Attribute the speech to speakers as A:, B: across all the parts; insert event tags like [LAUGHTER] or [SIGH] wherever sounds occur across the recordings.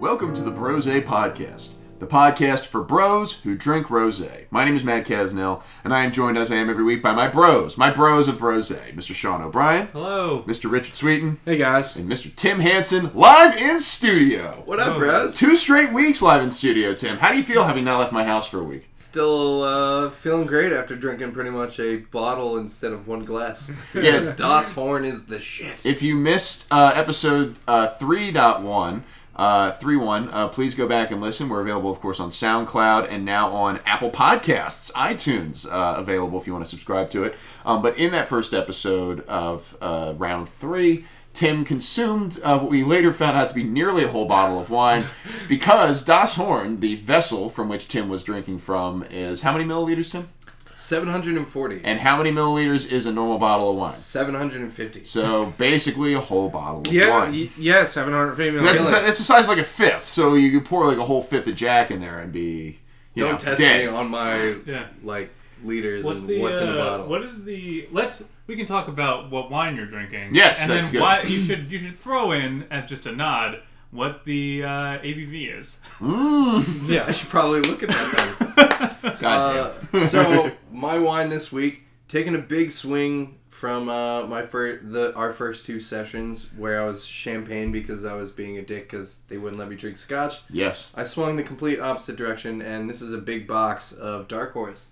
A: Welcome to the Brose Podcast, the podcast for bros who drink rose. My name is Matt Casnell, and I am joined as I am every week by my bros, my bros of Brose, Mr. Sean O'Brien,
B: Hello.
A: Mr. Richard Sweeten,
C: Hey guys.
A: and Mr. Tim Hansen, live in studio.
D: What up,
B: Oh.
D: bros?
A: Two straight weeks live in studio, Tim. How do you feel having not left my house for a week?
D: Still uh, feeling great after drinking pretty much a bottle instead of one glass.
A: Yes.
D: Yes, Das Horn is the shit.
A: If you missed uh, episode uh, 3.1, uh, 3.1, uh, please go back and listen. We're available, of course, on SoundCloud and now on Apple Podcasts, iTunes, uh, available if you want to subscribe to it. Um, but in that first episode of uh, round three, Tim consumed uh, what we later found out to be nearly a whole bottle of
C: [LAUGHS]
A: wine because Das Horn, the vessel from which Tim was drinking from, is how many milliliters, Tim?
D: 740.
A: And how many milliliters is a normal bottle of wine?
D: 750.
A: So basically, a whole bottle of
C: Yeah,
A: wine.
C: y- yeah, 700 female.
A: That's,
D: Really?
A: the, that's the size of like a fifth, so you could pour like a whole fifth of Jack in there and be you
D: Don't
A: know,
D: test
A: dead.
D: me on my
B: Yeah.
D: like liters
B: What's
D: and
B: the
D: what's in a
B: uh,
D: bottle.
B: what is the let's we can talk about what wine you're drinking.
A: Yes,
B: and
A: that's
B: then
A: good.
B: why you should you should throw in as just a nod what the uh, ABV is.
D: I should probably look at that then.
A: God
D: Uh, so my wine this week, taking a big swing from uh, my fir- the our first two sessions where I was champagne because I was being a dick because they wouldn't let me drink scotch.
A: damn. Yes.
D: I swung the complete opposite direction, and this is a big box of Dark Horse.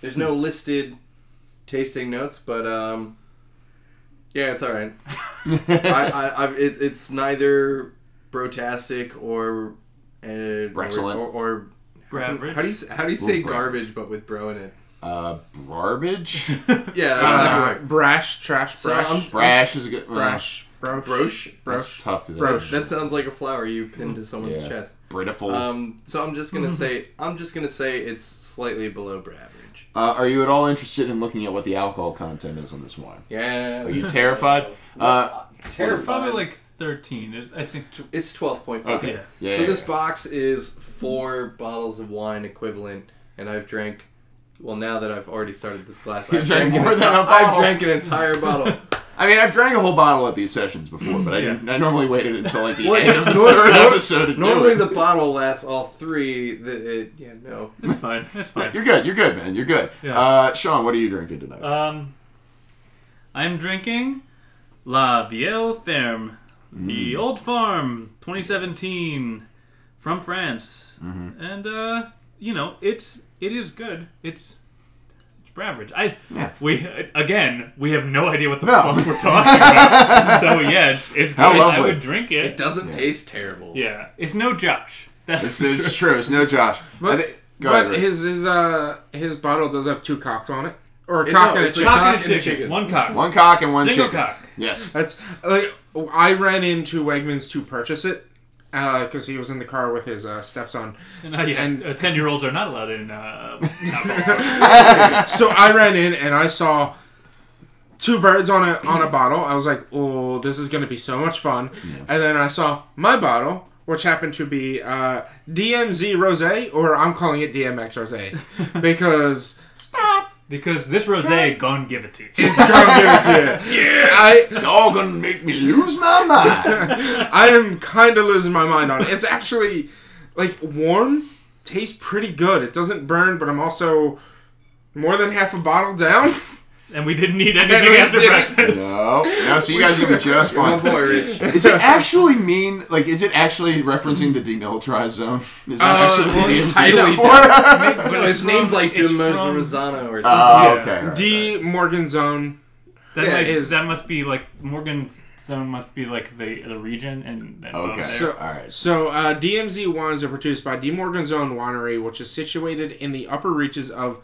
D: There's
A: Hmm.
D: no listed tasting notes, but um, yeah, it's all right.
A: [LAUGHS]
D: I, I, I've, it, it's neither brotastic or uh,
A: Brexcellent.
D: or, or,
B: Beverage.
D: how do you s- how do you say
A: Ooh, bra-
D: garbage but with bro in it?
A: [LAUGHS] Uh, garbage?
D: Yeah,
A: Ah.
D: that's
C: uh,
D: exactly right.
C: brash, trash,
D: So
C: brash,
D: I'm-
A: Brash is a good. well,
C: brash, brosh,
D: Broche.
A: That's
C: brosh.
A: tough because
C: Brosh.
D: That sounds like a flower you pinned to someone's
A: Yeah.
D: chest.
A: Britiful.
D: Um, so I'm just gonna say I'm just gonna say it's slightly below average.
A: uh, are you at all interested in looking at what the alcohol content is on this wine?
D: Yeah,
A: Are you terrified? Uh,
D: terrified?
B: Probably like thirteen. Is I think.
D: It's twelve point five.
A: Okay.
B: Yeah.
A: yeah.
D: So this box is four bottles of wine equivalent, and I've drank. Well, now that I've already started this glass,
A: You
D: I've
A: drank
D: an
A: more than
D: enti-
A: a bottle.
D: I've drank an entire
A: [LAUGHS]
D: bottle.
A: I mean, I've drank a whole bottle at these sessions before, but I
B: Yeah.
A: didn't. I normally waited until like the
D: Well,
A: end of the
D: nor-
A: third
D: nor-
A: episode. To do
D: Normally,
A: it.
D: the bottle lasts all three. The, it, yeah, no.
B: It's fine. It's fine.
A: You're good. You're good, man. You're good.
B: Yeah.
A: Uh, Sean, what are you drinking tonight?
B: Um, I'm drinking La Vieille Ferme,
A: Mm.
B: the Old Farm, 2017, from France,
A: Mm-hmm.
B: and uh, you know it's it is good. It's it's average. I
A: Yeah.
B: we again we have no idea what the
A: No.
B: fuck we're
A: [LAUGHS]
B: talking about. so yeah, it's it's good.
A: How
B: I
A: lovely.
B: would drink
D: It
B: it.
D: doesn't taste terrible.
B: Yeah, it's no Josh. That's
A: It's, it's [LAUGHS] true. It's no Josh. I
C: But,
A: thi- go ahead,
C: but
A: Rick.
C: his his uh his bottle does have two cocks on it, or a
D: It-
C: cock
D: no,
C: and a
D: it's
C: chick.
D: a-
B: cock and
D: cock
B: a
D: and a
B: chicken.
D: chicken.
B: One cock.
A: one cock and one
B: Single
A: chicken.
B: cock.
A: Yes.
C: That's like I ran into Wegmans to purchase it because he was in the car with his uh, stepson.
B: And, uh, yeah,
C: And-
B: uh, ten year olds are not allowed in.
A: [LAUGHS]
B: Uh,
C: [LAUGHS] so I ran in and I saw two birds on a on a bottle. I was like, "Oh, this is gonna be so much fun!" And then I saw my bottle, which happened to be uh, DMZ Rosé, or I'm calling it DMX
A: [LAUGHS]
C: Rosé because
B: Because this rosé gon' give it to you.
C: it's gonna give it to you. Yeah, I
A: Y'all gonna make me lose my
D: [LAUGHS]
A: mind.
C: I am kind of losing my mind on it. It's actually like warm, tastes pretty good. It doesn't burn, but I'm also more than half a bottle down.
B: And we didn't need
C: [LAUGHS] And
B: anything
C: we
B: after
C: didn't.
B: breakfast.
A: no, no. So you guys gonna be just
D: You're my
A: fine.
D: boy,
A: [LAUGHS]
D: Rich.
A: Is it actually mean? Like, is it actually referencing the demilitarized zone? Is that
C: Uh,
A: actually
C: well,
A: the DMZ
D: I
A: is
D: know
A: [LAUGHS]
D: you
A: for?
D: But his
B: from-
D: name's like
B: it's
D: Demos
B: from-
D: Rosano or something.
A: Oh,
B: Yeah.
A: okay. all right.
C: D Morgan Zone.
B: That,
D: Yeah,
B: must,
C: it is.
B: that must be like Morgan's zone must be like the the region and then
A: Okay.
B: so,
C: So-
A: all right.
C: So, uh, DMZ wines are produced by De Morgan's Own Winery, which is situated in the upper reaches of.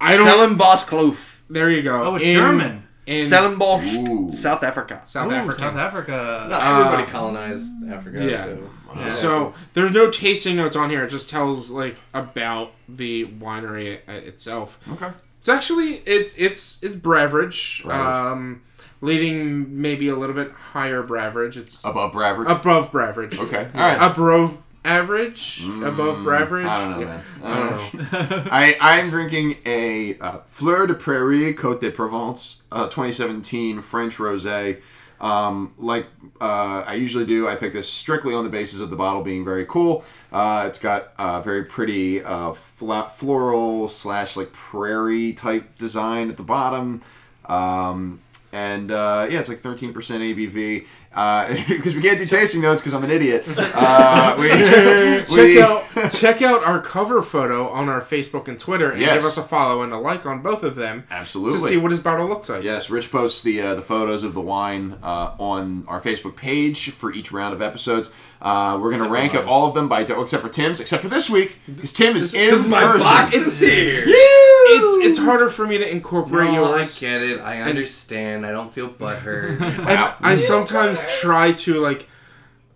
C: I don't.
D: Sell him Boss Kloof.
C: there you go.
B: Oh, it's
C: in-
B: German.
C: In
D: Sell him Bosch.
A: Ooh. Uh,
D: South Africa.
C: South
B: Ooh,
C: Africa.
B: South Africa.
D: Not everybody colonized Africa,
C: yeah.
D: so.
B: Yeah.
C: So there's no tasting notes on here. It just tells like about the winery i- itself.
A: Okay.
C: It's actually it's it's it's beverage,
A: Beverage.
C: um, leading maybe a little bit higher beverage. It's
A: Above average.
C: above beverage.
A: okay. All right. Mm,
C: Above average. above beverage.
A: I don't know,
C: Yeah.
A: man. Uh,
C: I don't know.
A: [LAUGHS] I, I'm drinking a uh, Fleur de Prairie Côte de Provence uh, 2017 French rosé. Um, like uh, I usually do, I pick this strictly on the basis of the bottle being very cool. Uh, it's got a very pretty uh, fla- floral slash like prairie type design at the bottom. Um, and uh, yeah, it's like 13% ABV. [LAUGHS] Because Uh, we can't do tasting notes because I'm an idiot. Uh, we,
C: [LAUGHS] Check
A: we-
C: out check out our cover photo on our Facebook and Twitter, and
A: Yes.
C: give us a follow and a like on both of them
A: Absolutely.
C: to see what his bottle looks like.
A: Yes, Rich posts the uh, the photos of the wine uh, on our Facebook page for each round of episodes. Uh, we're going to
B: Except for
A: rank up
B: mine.
A: all of them by oh, except for Tim's, except for this week because Tim is
D: Because
A: in
D: my
A: person.
D: box is here.
C: It's it's harder for me to incorporate
D: No, I
C: yours.
D: get it. I understand. I don't
A: [LAUGHS]
D: feel butthurt.
C: And
A: Wow.
C: I sometimes try to like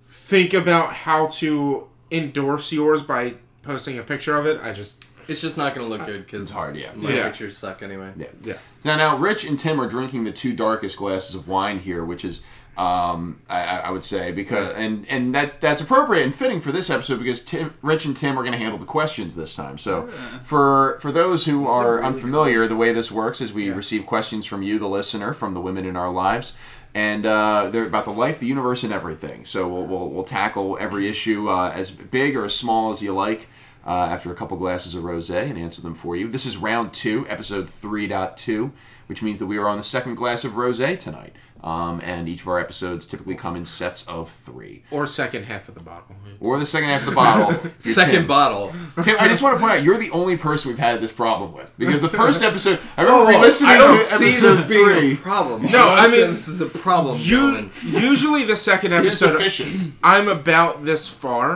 C: think about how to endorse yours by posting a picture of it. I just
D: it's just not gonna look good because
A: Uh, It's hard, yeah.
D: My
C: Yeah.
D: pictures suck anyway.
A: Yeah.
C: yeah.
A: Now, now, Rich and Tim are drinking the two darkest glasses of wine here, which is, um, I, I I would say, because and and that that's appropriate and fitting for this episode because Tim, Rich and Tim are going to handle the questions this time. So, for for those who are
D: really
A: unfamiliar,
D: close.
A: the way this works is we receive questions from you, the listener, from the women in our lives. And uh, they're about the life, the universe, and everything. So we'll, we'll, we'll tackle every issue uh, as big or as small as you like uh, after a couple glasses of rosé and answer them for you. This is round two, episode 3.2, which means that we are on the second glass of rosé tonight. Um, and each of our episodes typically come in sets of three.
C: Or second half of the bottle.
A: Or the second half of the
D: [LAUGHS]
A: bottle. You're
D: Second
A: Tim.
D: bottle.
A: Tim, I just want to point out, you're the only person we've had this problem with. Because the
D: [LAUGHS]
A: first episode, I
D: Oh,
A: remember re-listening
D: I don't
A: to
D: see
A: episode
D: this
A: three.
D: being a problem.
C: No, I
D: understand
C: mean,
D: this is a problem,
C: You,
D: gentlemen.
C: usually the
A: [LAUGHS]
C: second
A: It is
C: episode
A: sufficient.
C: I'm about this far.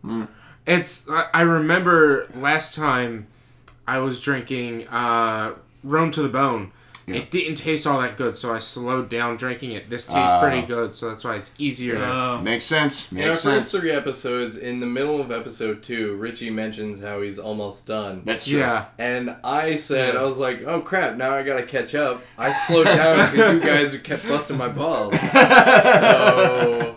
A: Hmm.
C: It's. I I remember last time I was drinking uh, Rome to the Bone. It didn't taste all that good, so I slowed down drinking it. This tastes
A: Ah.
C: pretty good, so that's why it's easier. now.
B: Oh,
A: Makes sense.
D: In our
A: Makes
D: first
A: sense.
D: three episodes, in the middle of episode two, Richie mentions how he's almost done.
A: That's true.
C: Yeah.
D: And I said, I was like, oh crap, now I gotta catch up. I slowed down
A: [LAUGHS]
D: because you guys kept busting my balls.
A: [LAUGHS]
D: So.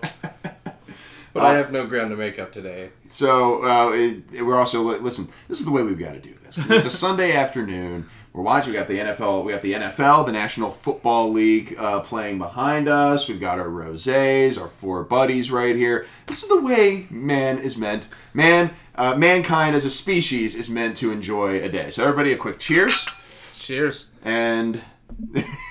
D: But I have no ground to make up today.
A: So uh, it, it- we're also li- listen. This is the way we've got to do
D: [LAUGHS]
A: this. 'Cause It's a Sunday afternoon. We're watching. We got the NFL. We got the NFL, the National Football League, uh, playing behind us. We've got our rosés, our four buddies right here. This is the way man is meant. Man, uh, mankind as a species is meant to enjoy a day. So everybody, a quick cheers [LAUGHS]
C: Cheers. [LAUGHS]
A: and.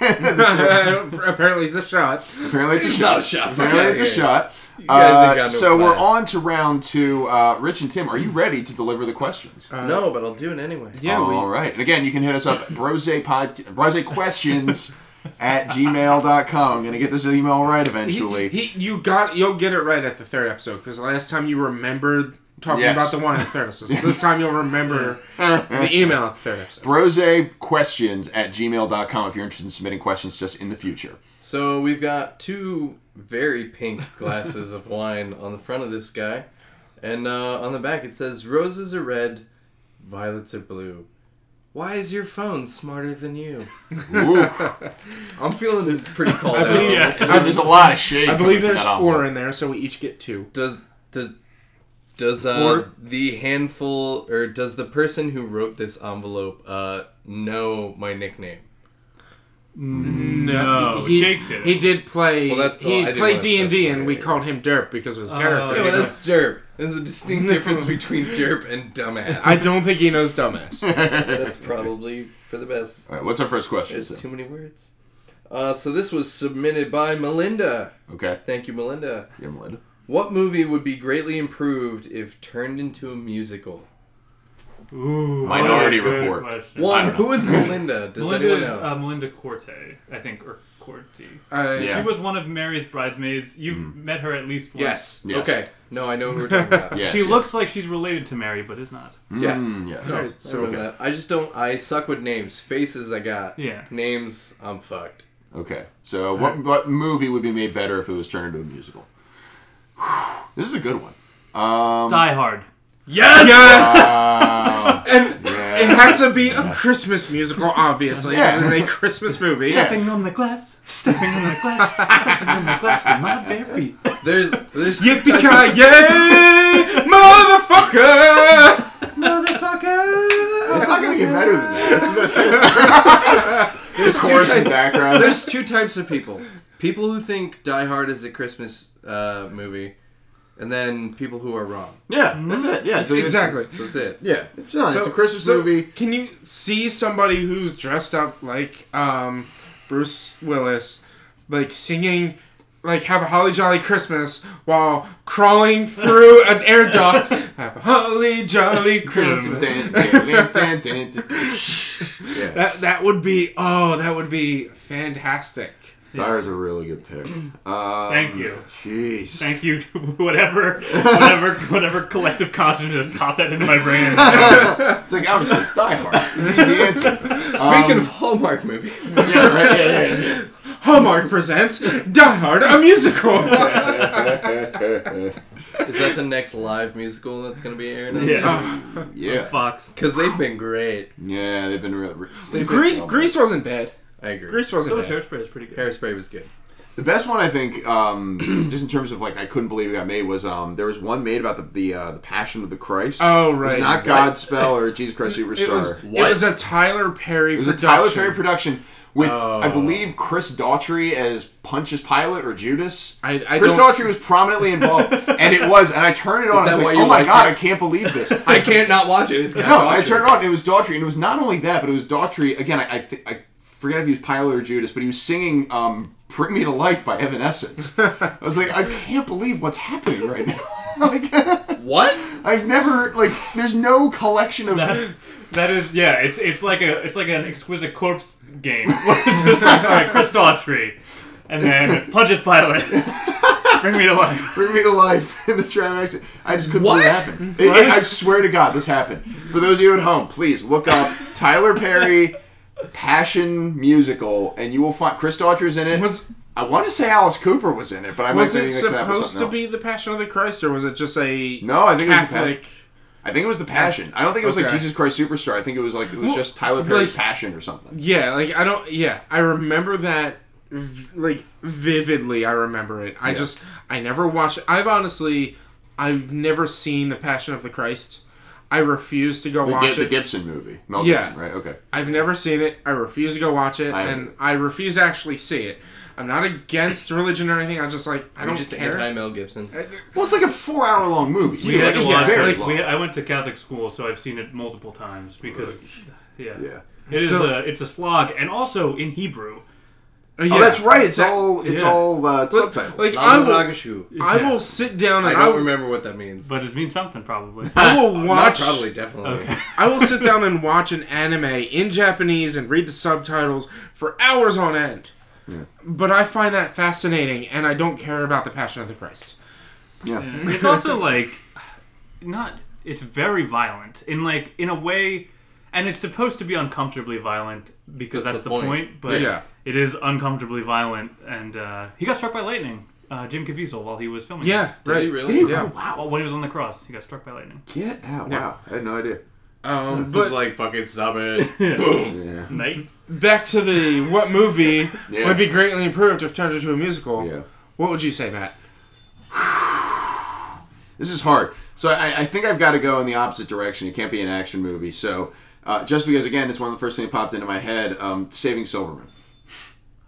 C: Apparently, it's a shot.
A: Apparently it's a
D: It's
A: shot.
D: not a shot.
A: Apparently
D: Fuck
A: it's a
D: outta here.
A: shot.
D: guys ain't
A: Uh,
D: got no
A: so we're
D: class.
A: on to round two. Uh, Rich and Tim, are you ready to deliver the questions?
D: no, but I'll do it anyway.
C: Yeah, we-
A: All right. And again, you can hit us up at brosepod-
C: [LAUGHS]
A: brosequestions at gmail.com. I'm going to get this email right eventually.
C: He, he- you got. You'll get it right at the third episode because last time you remembered talking
A: Yes.
C: about the wine at the third
A: [LAUGHS]
C: episode. So this time you'll remember the email at the third episode.
A: brosequestions at gmail.com if you're interested in submitting questions just in the
C: [LAUGHS]
A: future.
D: So we've got two very pink glasses of wine on the front of this guy, and uh, on the back it says roses are red, violets are blue. Why is your phone smarter than you?
A: Ooh,
D: I'm feeling pretty called
C: I
D: out.
C: believe-
D: on this.
A: so there's a lot of shade.
C: I
A: coming
C: believe
A: from
C: there's
A: that envelope.
C: four in there, so we each get two.
D: Does does does uh,
C: Or-
D: the handful or does the person who wrote this envelope uh, know my nickname?
B: no,
C: he,
B: Oh, Jake did it.
C: He did play.
D: Well, that- well, I
C: he
D: didn't
C: played
D: wanna
C: D and D,
D: specify.
C: and we called him Derp because of his
B: Oh,
C: character.
D: No,
B: yeah.
D: that's derp. There's a distinct difference between derp and
C: I
D: dumbass.
C: don't think he knows [LAUGHS] dumbass.
D: That's probably for the best.
A: All right, what's our first question?
D: There's too many words. Uh, so this was submitted by Melinda.
A: Okay.
D: Thank you, Melinda.
A: Yeah, Melinda.
D: What movie would be greatly improved if turned into a musical?
B: Ooh,
A: Minority
B: what a good
A: Report.
B: question.
D: One.
A: know.
B: [LAUGHS]
D: Who is Melinda? Does
B: Melinda
D: anyone
B: is
D: know?
B: uh, Melinda Corte, I think, or Corte.
C: Uh,
A: Yeah.
B: She was one of Mary's bridesmaids. You've met her at least once.
C: Yes.
A: Yes.
D: Okay. No, I know who we're talking about.
C: [LAUGHS]
A: Yes,
B: she
A: yes.
B: looks like she's related to Mary, but is not.
D: Yeah.
A: Mm, yeah.
C: All right,
D: So
C: so okay.
D: that. I just don't. I suck with names. Faces I got.
B: Yeah.
D: Names I'm fucked.
A: Okay. So what what movie would be made better if it was turned into a musical? [SIGHS] Whew, this is a good
C: [LAUGHS]
A: one.
B: Die Hard.
C: Yes.
A: [LAUGHS]
C: Yes.
A: Wow.
C: and it
A: Uh, yeah.
C: has to be a Christmas musical, obviously.
A: Yeah.
C: This is a Christmas movie.
A: Yeah.
B: Stepping on the glass, stepping on the glass, stepping on the glass with my bare feet.
D: There's there's
B: [LAUGHS]
C: Yippee ki yay, motherfucker!
A: It's not gonna get better than that. That's the best. It's
D: there's two
A: chorus in the
D: types-
A: background.
D: There's two types of people. People who think Die Hard is a Christmas uh, movie, and then people who are wrong.
A: Yeah, that's it. Yeah, so it's-
C: Exactly.
D: That's it.
A: Mm-hmm. yeah, it's not. it's a
C: So-
A: Christmas
C: so
A: movie. [LAUGHS]
C: Can you see somebody who's dressed up like um, Bruce Willis, like singing, like "Have a Holly Jolly Christmas" while crawling through an air duct? [LAUGHS] Have a Holly Jolly Christmas.
A: Dun, dun, dun, dun, dun, dun, dun.
D: Yeah.
C: That that would be oh, that would
A: [LAUGHS]
C: be fantastic.
A: Dyer's a really good [CLEARS THROAT] pick. Um,
B: Thank you.
A: Jeez.
B: Thank you. to Whatever, whatever, whatever collective consciousness popped that into my brain.
A: It's like obviously it's Die Hard. It's an easy answer.
D: [LAUGHS] Speaking of Hallmark [LAUGHS] movies,
A: Yeah, [LAUGHS] right, yeah, yeah, yeah.
C: Hallmark presents Die Hard,
A: [LAUGHS]
C: a musical.
D: is that the next live musical that's going to be aired? on?
B: yeah.
A: yeah,
B: Fox.
D: Because they've been great.
A: yeah. They've been really. they've been
C: Grease,
A: phenomenal.
C: Grease wasn't bad.
D: I agree.
C: Grease
B: So
C: wasn't
B: was
C: bad.
B: Hairspray is pretty good.
D: Hairspray was good.
A: The best one I think, um, [CLEARS THROAT] just in terms of like, I couldn't believe it got made was um, there was one made about the the, uh, the Passion of the Christ.
C: Oh
A: It was
C: right,
A: not Godspell or Jesus Christ Superstar.
C: It was, it
D: What?
C: was a Tyler Perry.
A: It was a Tyler
C: production.
A: Perry production with, I believe, Chris Daughtry as Pontius Pilate or Judas.
C: I- I
A: Chris
C: don't-
A: Daughtry was prominently involved, and it was. And I turned it on.
D: that
A: I was
D: why
A: like,
D: you
A: "Oh my
D: liked
A: god,
D: it?
A: I can't believe this!"
D: I can't not watch it. It's got
A: no, I
D: Daughtry.
A: turned it on. And it was Daughtry, and it was not only that, but it was Daughtry again. I I, th- I forget if he was Pilate or Judas, but he was singing um, "Bring Me to Life" by Evanescence. I was like, I can't believe what's happening right now. [LAUGHS] like,
D: What?
A: I've never like. There's no collection of.
B: [LAUGHS] That is, yeah. It's it's like a it's like an exquisite corpse game. [LAUGHS] It's just like, all right, Chris Daughtry, and then punches pilot. [LAUGHS] Bring me to life.
A: Bring me to life [LAUGHS] in this tram accident. I just couldn't
D: What?
A: believe it happened. It- it-
B: Right?
A: I swear to God, this happened. For those of you at home, please look up Tyler Perry Passion Musical, and you will find Chris Daughtry's in it.
C: Was-
A: I want to say Alice Cooper was in it, but I might
C: Was
A: be
C: it
A: mixing that with
C: supposed
A: something
C: to
A: else.
C: be the Passion of the Christ, or was it just a
A: No, I think it was the
C: Catholic?
A: Passion. I think it was the Passion. I don't think it was like
C: Okay.
A: Jesus Christ Superstar. I think it was like it was
C: Well,
A: just Tyler Perry's
C: like-
A: Passion or something.
C: Yeah, like I don't. Yeah, I remember that. v- Like vividly, I remember it. I
A: Yeah.
C: just I never watched. I've honestly, I've never seen the Passion of the Christ. I refuse to go
A: The,
C: watch
A: Gi- the
C: it.
A: Gibson movie, Mel
C: Yeah.
A: Gibson, right? Okay.
C: I've never seen it. I refuse to go watch it,
A: I-
C: and I refuse to actually see it. I'm not against religion or anything. I'm just like I
D: I'm
C: don't
D: just
C: care.
D: anti Mel Gibson.
C: Uh,
A: Well, it's like a four-hour-long movie.
B: We
A: too.
B: had
A: Like,
B: to
A: it's
B: watch
A: very
B: it.
A: long.
B: We, I went to Catholic school, so I've seen it multiple times because, yeah,
A: yeah.
B: it is
C: So-
B: a it's a slog, and also in Hebrew.
C: Uh, yeah.
A: Oh, that's right. It's
C: That-
A: all it's
B: yeah.
A: all uh,
C: But,
A: subtitled.
C: like I
D: Namu
C: will,
D: Nagashu.
C: I
B: Yeah.
C: will sit down
D: I
C: and I,
D: don't
C: will,
D: remember what that means.
B: but it means something probably.
C: I will
D: Not
C: watch.
D: probably, definitely.
B: Okay.
C: I will sit down and watch an anime in Japanese and read the subtitles for hours on end. But I find that fascinating, and I don't care about the Passion of the Christ.
A: yeah.
B: it's also like not it's very violent in like in a way and it's supposed to be uncomfortably violent because that's, the, point. but
C: Yeah.
B: it is uncomfortably violent and uh, he got struck by lightning uh, jim caviezel while he was filming
C: Yeah,
D: Did
C: right.
D: he really?
A: Dude,
C: Yeah.
A: oh, wow.
B: Well, when he was on the cross he got struck by lightning
A: Get out.
C: Yeah.
A: Wow. I had no idea.
C: Um,
D: But
C: but
D: like fucking stop it. Boom.
A: Yeah.
B: Night.
C: [LAUGHS] back to the what [LAUGHS] movie
A: Yeah.
C: would be greatly improved if turned into a musical?
A: Yeah.
C: What would you say, Matt?
A: This is hard. So I, I think I've got to go in the opposite direction. It can't be an action movie. So uh, just because, again, it's one of the first things that popped into my head um, Saving Silverman.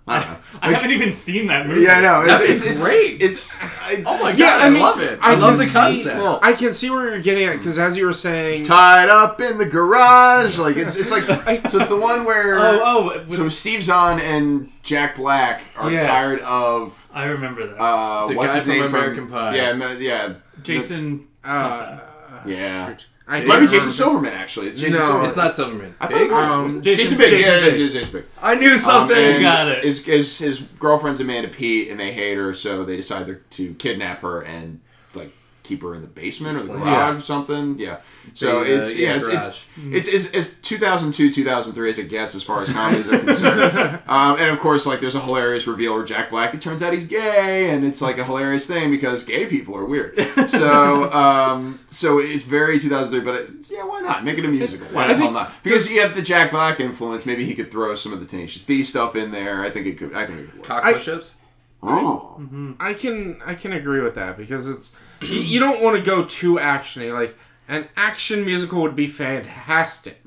A: I don't know.
B: [LAUGHS] i haven't even seen that movie
A: Yeah, I know.
D: That'd be
A: It's, it's
D: great.
A: It's, I,
D: Oh
C: [LAUGHS]
D: my god,
C: Yeah, I
D: I,
C: mean,
D: love it.
C: I
D: I, love the
C: can see-
D: concept.
A: Well,
C: I can see where you're getting at because as you were saying,
A: tied up in the garage. Like it's it's like so it's the one where
B: oh oh with-
A: so Steve Zahn and Jack Black are
B: Yes.
A: tired of
B: i remember that
A: uh,
D: The
A: what's
D: guy
A: his
D: from
A: name
D: American Pie.
A: Yeah, ma- yeah,
B: jason
C: uh,
A: yeah. It might
C: I can't
A: be
C: remember.
A: Jason Silverman actually. It's Jason
C: No.
A: Silverman.
D: It's not Silverman.
A: I thought it
D: Biggs?
A: was-
C: Um,
A: Jason
C: Jason-
A: Biggs.
C: Jason
A: yeah, it is,
C: Biggs.
A: it is Jason Biggs.
D: I knew
A: Um,
D: something.
A: and
B: Got it.
A: His, his, his girlfriend's Amanda Pete, and they hate her, so they decide they're- to kidnap her and like keep her in the basement or the
D: Like-
A: garage
C: Yeah.
A: or something. Yeah. So
D: uh,
A: it's yeah,
D: yeah,
A: it's, it's it's it's as 2002 2003 as it gets as far as comedies are concerned. Um, and of course, like there's a hilarious reveal where Jack Black it turns out he's gay, and it's like a hilarious thing because gay people are weird. So um, so it's very 2003, but it, yeah, why not make it a musical? Why the hell not? Because you have the Jack Black influence. Maybe he could throw some of the Tenacious D stuff in there. I think it could. I think it could work.
D: Cock
C: I-
D: push-ups?
A: Oh.
D: Mm-hmm.
C: I can I can agree with that because it's you, you don't want to go too actiony. Like An action musical would be fantastic,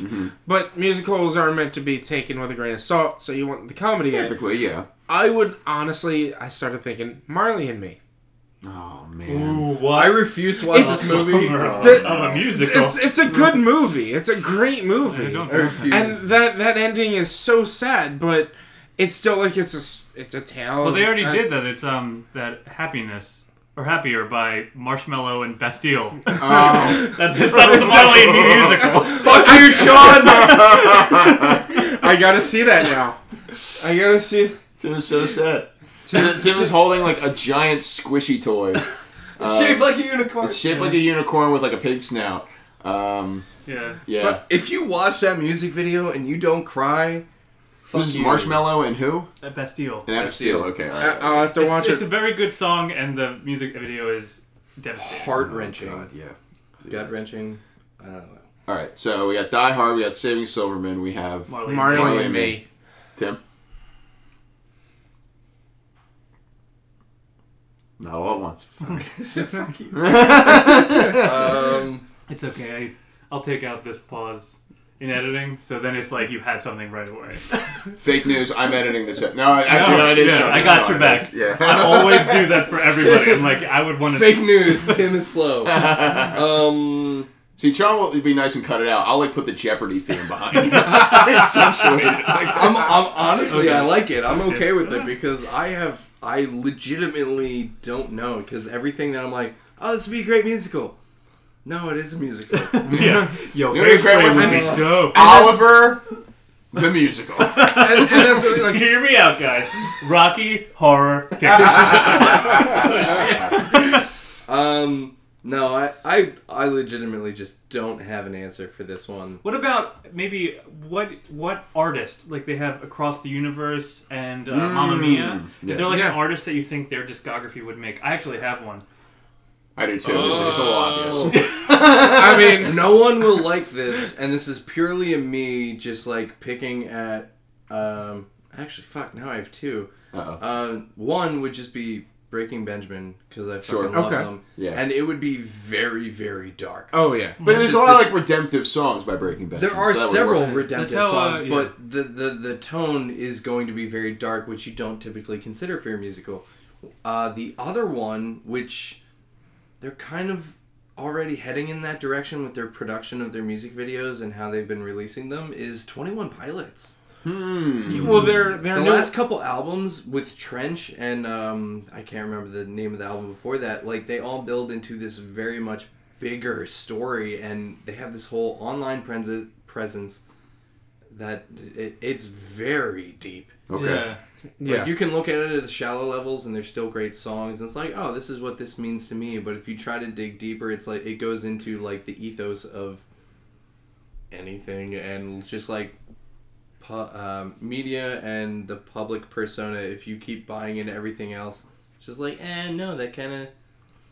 C: but musicals are meant to be taken with a grain of salt. So you want the comedy. in.
A: Typically, yeah.
C: I would honestly. I started thinking Marley and Me.
A: Oh man.
B: what?
D: I refuse to watch
C: It's-
D: this
A: [LAUGHS]
D: movie.
A: Oh,
B: of
C: The-
B: a musical.
C: It's it's a good movie. It's a great movie.
B: I don't
D: I refuse.
C: and that that ending is so sad, but it's still like it's a s- it's a tale. Uh,
B: well, they already
C: of-
B: did that. It's um that happiness or happier by Marshmallow and Bastille.
A: Oh,
B: that's that's the Marley and Me musical.
D: [LAUGHS] Fuck
A: [LAUGHS]
D: you, Sean.
C: I gotta see that now. I gotta see. uh,
A: Tim is so sad. Tim, Tim is holding like a giant squishy
D: [LAUGHS]
A: toy.
D: Shaped like a unicorn.
A: It's shaped like a unicorn with like a pig snout. Um,
B: Yeah.
A: yeah.
D: If you watch that music video and you don't cry, fuck
A: This is
D: you.
A: Marshmallow and who?
B: At Bastille.
A: And Adam
D: Adam
A: Steele.
D: Steele.
A: Okay. all
C: I,
A: right.
C: I'll have to
B: it's,
C: watch
B: it's a
C: it.
B: very good song, and the music video is devastating.
D: Heart
A: Oh,
D: wrenching,
A: God, yeah.
D: gut wrenching. I don't know.
A: All right. So we got Die Hard. We got Saving Silverman. We have
B: Marley.
C: Marley,
A: Marley
C: and
A: and
C: Me.
A: Tim. Not all at once.
D: fuck you. um,
B: It's okay. I, I'll take out this pause in editing, so then it's like you had something right
A: [LAUGHS]
B: away.
A: Fake news. I'm editing this. Up. No, actually,
B: No,
A: no, it is.
B: yeah,
A: Sean.
B: I got
A: No,
B: your
A: it is.
B: back. I always do that for everybody. I'm like, I would want to.
D: [LAUGHS] fake news. Tim is slow.
A: [LAUGHS]
B: [LAUGHS]
D: Um,
A: See, Sean will be nice and cut it out. I'll like put the Jeopardy theme behind
B: [LAUGHS]
A: it. [LAUGHS] Accentuate it. Like,
D: I'm, I'm honestly, I like it. I'm
B: Okay.
D: okay with it because I have, I legitimately don't know because everything that I'm like, oh, this would be a great musical. No, it is a musical.
B: Yeah. [LAUGHS] Yo,
A: You know your favorite
B: Hairspray would
A: one?
B: be dope.
A: Oliver, the musical. [LAUGHS]
C: And, and that's
B: [LAUGHS]
C: like
B: Hear me out, guys. Rocky Horror Picture Show.
D: Um, no, I, I, I legitimately just don't have an answer for this one.
B: What about maybe what what artist like they have across the universe and uh, Mamma Mia? Is
A: yeah.
B: there like
C: Yeah.
B: an artist that you think their discography would make? I actually have one.
A: I do too. It's, it's a little
B: Oh.
A: obvious.
C: [LAUGHS] I mean,
D: No one will like this, and this is purely a me just like picking at. Um, actually, fuck. Now I have two.
A: Uh-oh.
D: Uh, one would just be Breaking Benjamin because I fucking
A: Sure.
D: love
C: Okay.
D: them.
A: Yeah.
D: And it would be very, very dark.
C: oh yeah,
A: But there's
D: just
A: a lot of
D: the-
A: like redemptive songs by Breaking Benjamin.
D: There are
A: so that would
D: several
A: work.
D: redemptive
B: That's how, uh,
D: songs,
B: yeah.
D: but the, the the tone is going to be very dark, which you don't typically consider for your musical. Uh, the other one, which they're kind of already heading in that direction with their production of their music videos and how they've been releasing them, is Twenty One Pilots.
A: Hmm.
C: well they're they're
D: Mm. The
C: new-
D: last couple albums with Trench and um, I can't remember the name of the album before that. Like they all build into this very much bigger story, and they have this whole online presen- presence that it, it's very deep.
A: Okay.
C: yeah.
D: Like you can look at it at the shallow levels, and they're still great songs. And it's like, oh, this is what this means to me. But if you try to dig deeper, it's like it goes into like the ethos of anything, and just like pu- um, media and the public persona. If you keep buying into everything else, it's just like, eh, no, that kind of.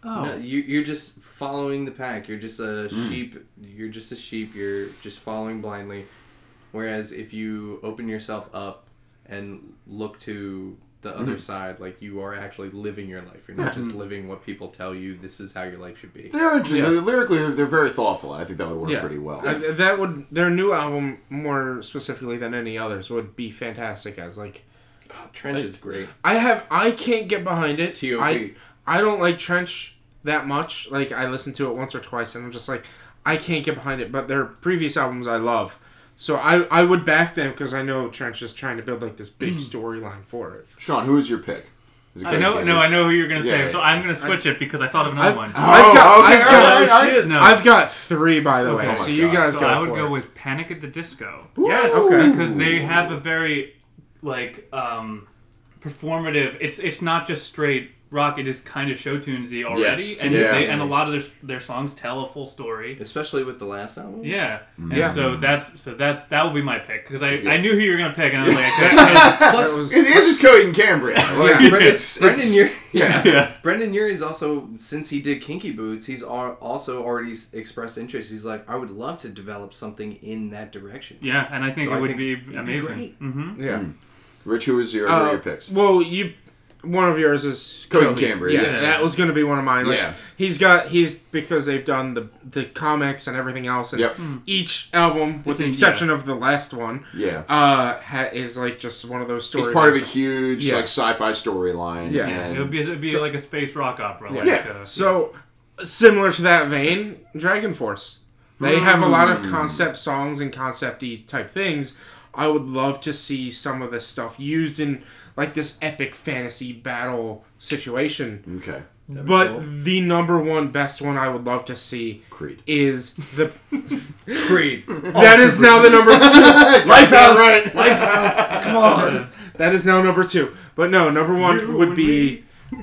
B: Oh.
D: No, you, you're just following the pack. You're just a
C: Mm.
D: sheep. You're just a sheep. You're just following blindly. Whereas if you open yourself up and look to the
C: Mm-hmm.
D: other side, like you are actually living your life. You're not just living what people tell you. This is how your life should be.
A: They're interesting.
C: Yeah.
A: They're- Lyrically, they're, they're very thoughtful, and I think that would work
C: Yeah.
A: pretty well.
C: Uh, that would their new album more specifically than any others would be fantastic as like
D: Oh, Trench is great.
C: I have I can't get behind it.
D: T.O.P..
C: I I don't like Trench that much. Like I listen to it once or twice and I'm just like I can't get behind it, but their previous albums I love. So I I would back them cuz I know Trench is trying to build like this
B: Hmm.
C: big storyline for it.
A: Sean, who is your pick? Is it
B: I know,
A: Craig
B: no, I
A: David?
B: know who you're gonna
A: Yeah.
B: say. So I'm gonna switch it because I thought of another
C: I've,
B: one.
A: Oh,
C: I've got
A: okay,
C: I've
A: all right,
C: got,
A: all right.
D: shit!
B: no,
C: I've got 3 by the
B: Okay.
C: way.
B: Oh
C: so
A: my
C: you
A: God.
C: guys
B: so
C: go
B: I would
C: for
B: go
C: it.
B: with Panic at the Disco
D: Yes.
C: Okay.
B: because they have a very like um, performative. It's it's not just straight rock. It is kind of show tunesy already,
A: Yes,
B: and
A: yeah.
B: they, and a lot of their their songs tell a full story.
D: Especially with the last album.
B: Yeah, and
C: Yeah.
B: so that's so that's that will be my pick because I,
A: good.
B: I knew who you were gonna pick, and I was like,
A: [LAUGHS]
B: I
D: Plus,
C: That
B: [LAUGHS]
C: was-
A: It's, it's just Cody and
C: [LAUGHS]
A: Cambria. Like,
C: Yeah.
A: it's, it's,
D: Brendan,
A: it's-
D: you're-
C: [LAUGHS]
A: yeah.
B: couldn't. yeah,
D: Brendan Urie is also since he did Kinky Boots, he's al- also already s- expressed interest. He's like, I would love to develop something in that direction.
B: yeah, and I think
D: So
B: it
D: I
B: would
D: think
B: be
D: it'd be
B: amazing.
D: great.
B: hmm
C: Yeah.
A: Rich, who is your, who are
C: Uh,
A: your picks?
C: Well, you one of yours is
A: Cody Cambry,
C: Yeah,
A: yes.
C: that was going to be one of mine. Like,
A: Yeah.
C: he's got he's because they've done the the comics and everything else, and
A: Yep.
C: each album, with
B: It's
C: the
B: a-
C: exception of the last one,
A: Yeah.
C: uh, ha- is like just one of those stories.
A: It's part of a huge
C: Yeah.
A: like sci-fi storyline.
C: Yeah.
B: It would
A: and,
B: be, it'd be like a space rock opera. Like,
C: Yeah.
B: uh,
C: So similar to that vein, Dragon Force. They have a lot of
A: Hmm.
C: concept songs and concept-y type things. I would love to see some of this stuff used in like this epic fantasy battle situation.
A: okay,
D: That'd be
C: But
D: cool.
C: the number one best one I would love to see [LAUGHS]
A: Creed.
C: is
B: [LAUGHS]
C: the
D: Creed,
C: that is now the number
A: [LAUGHS]
D: [LAUGHS]
C: two.
D: Lifehouse,
C: right.
D: Lifehouse. [LAUGHS] Come on,
C: [LAUGHS] That is now number two. But no, number one
B: You
C: would
B: and
C: be. [LAUGHS]
B: me.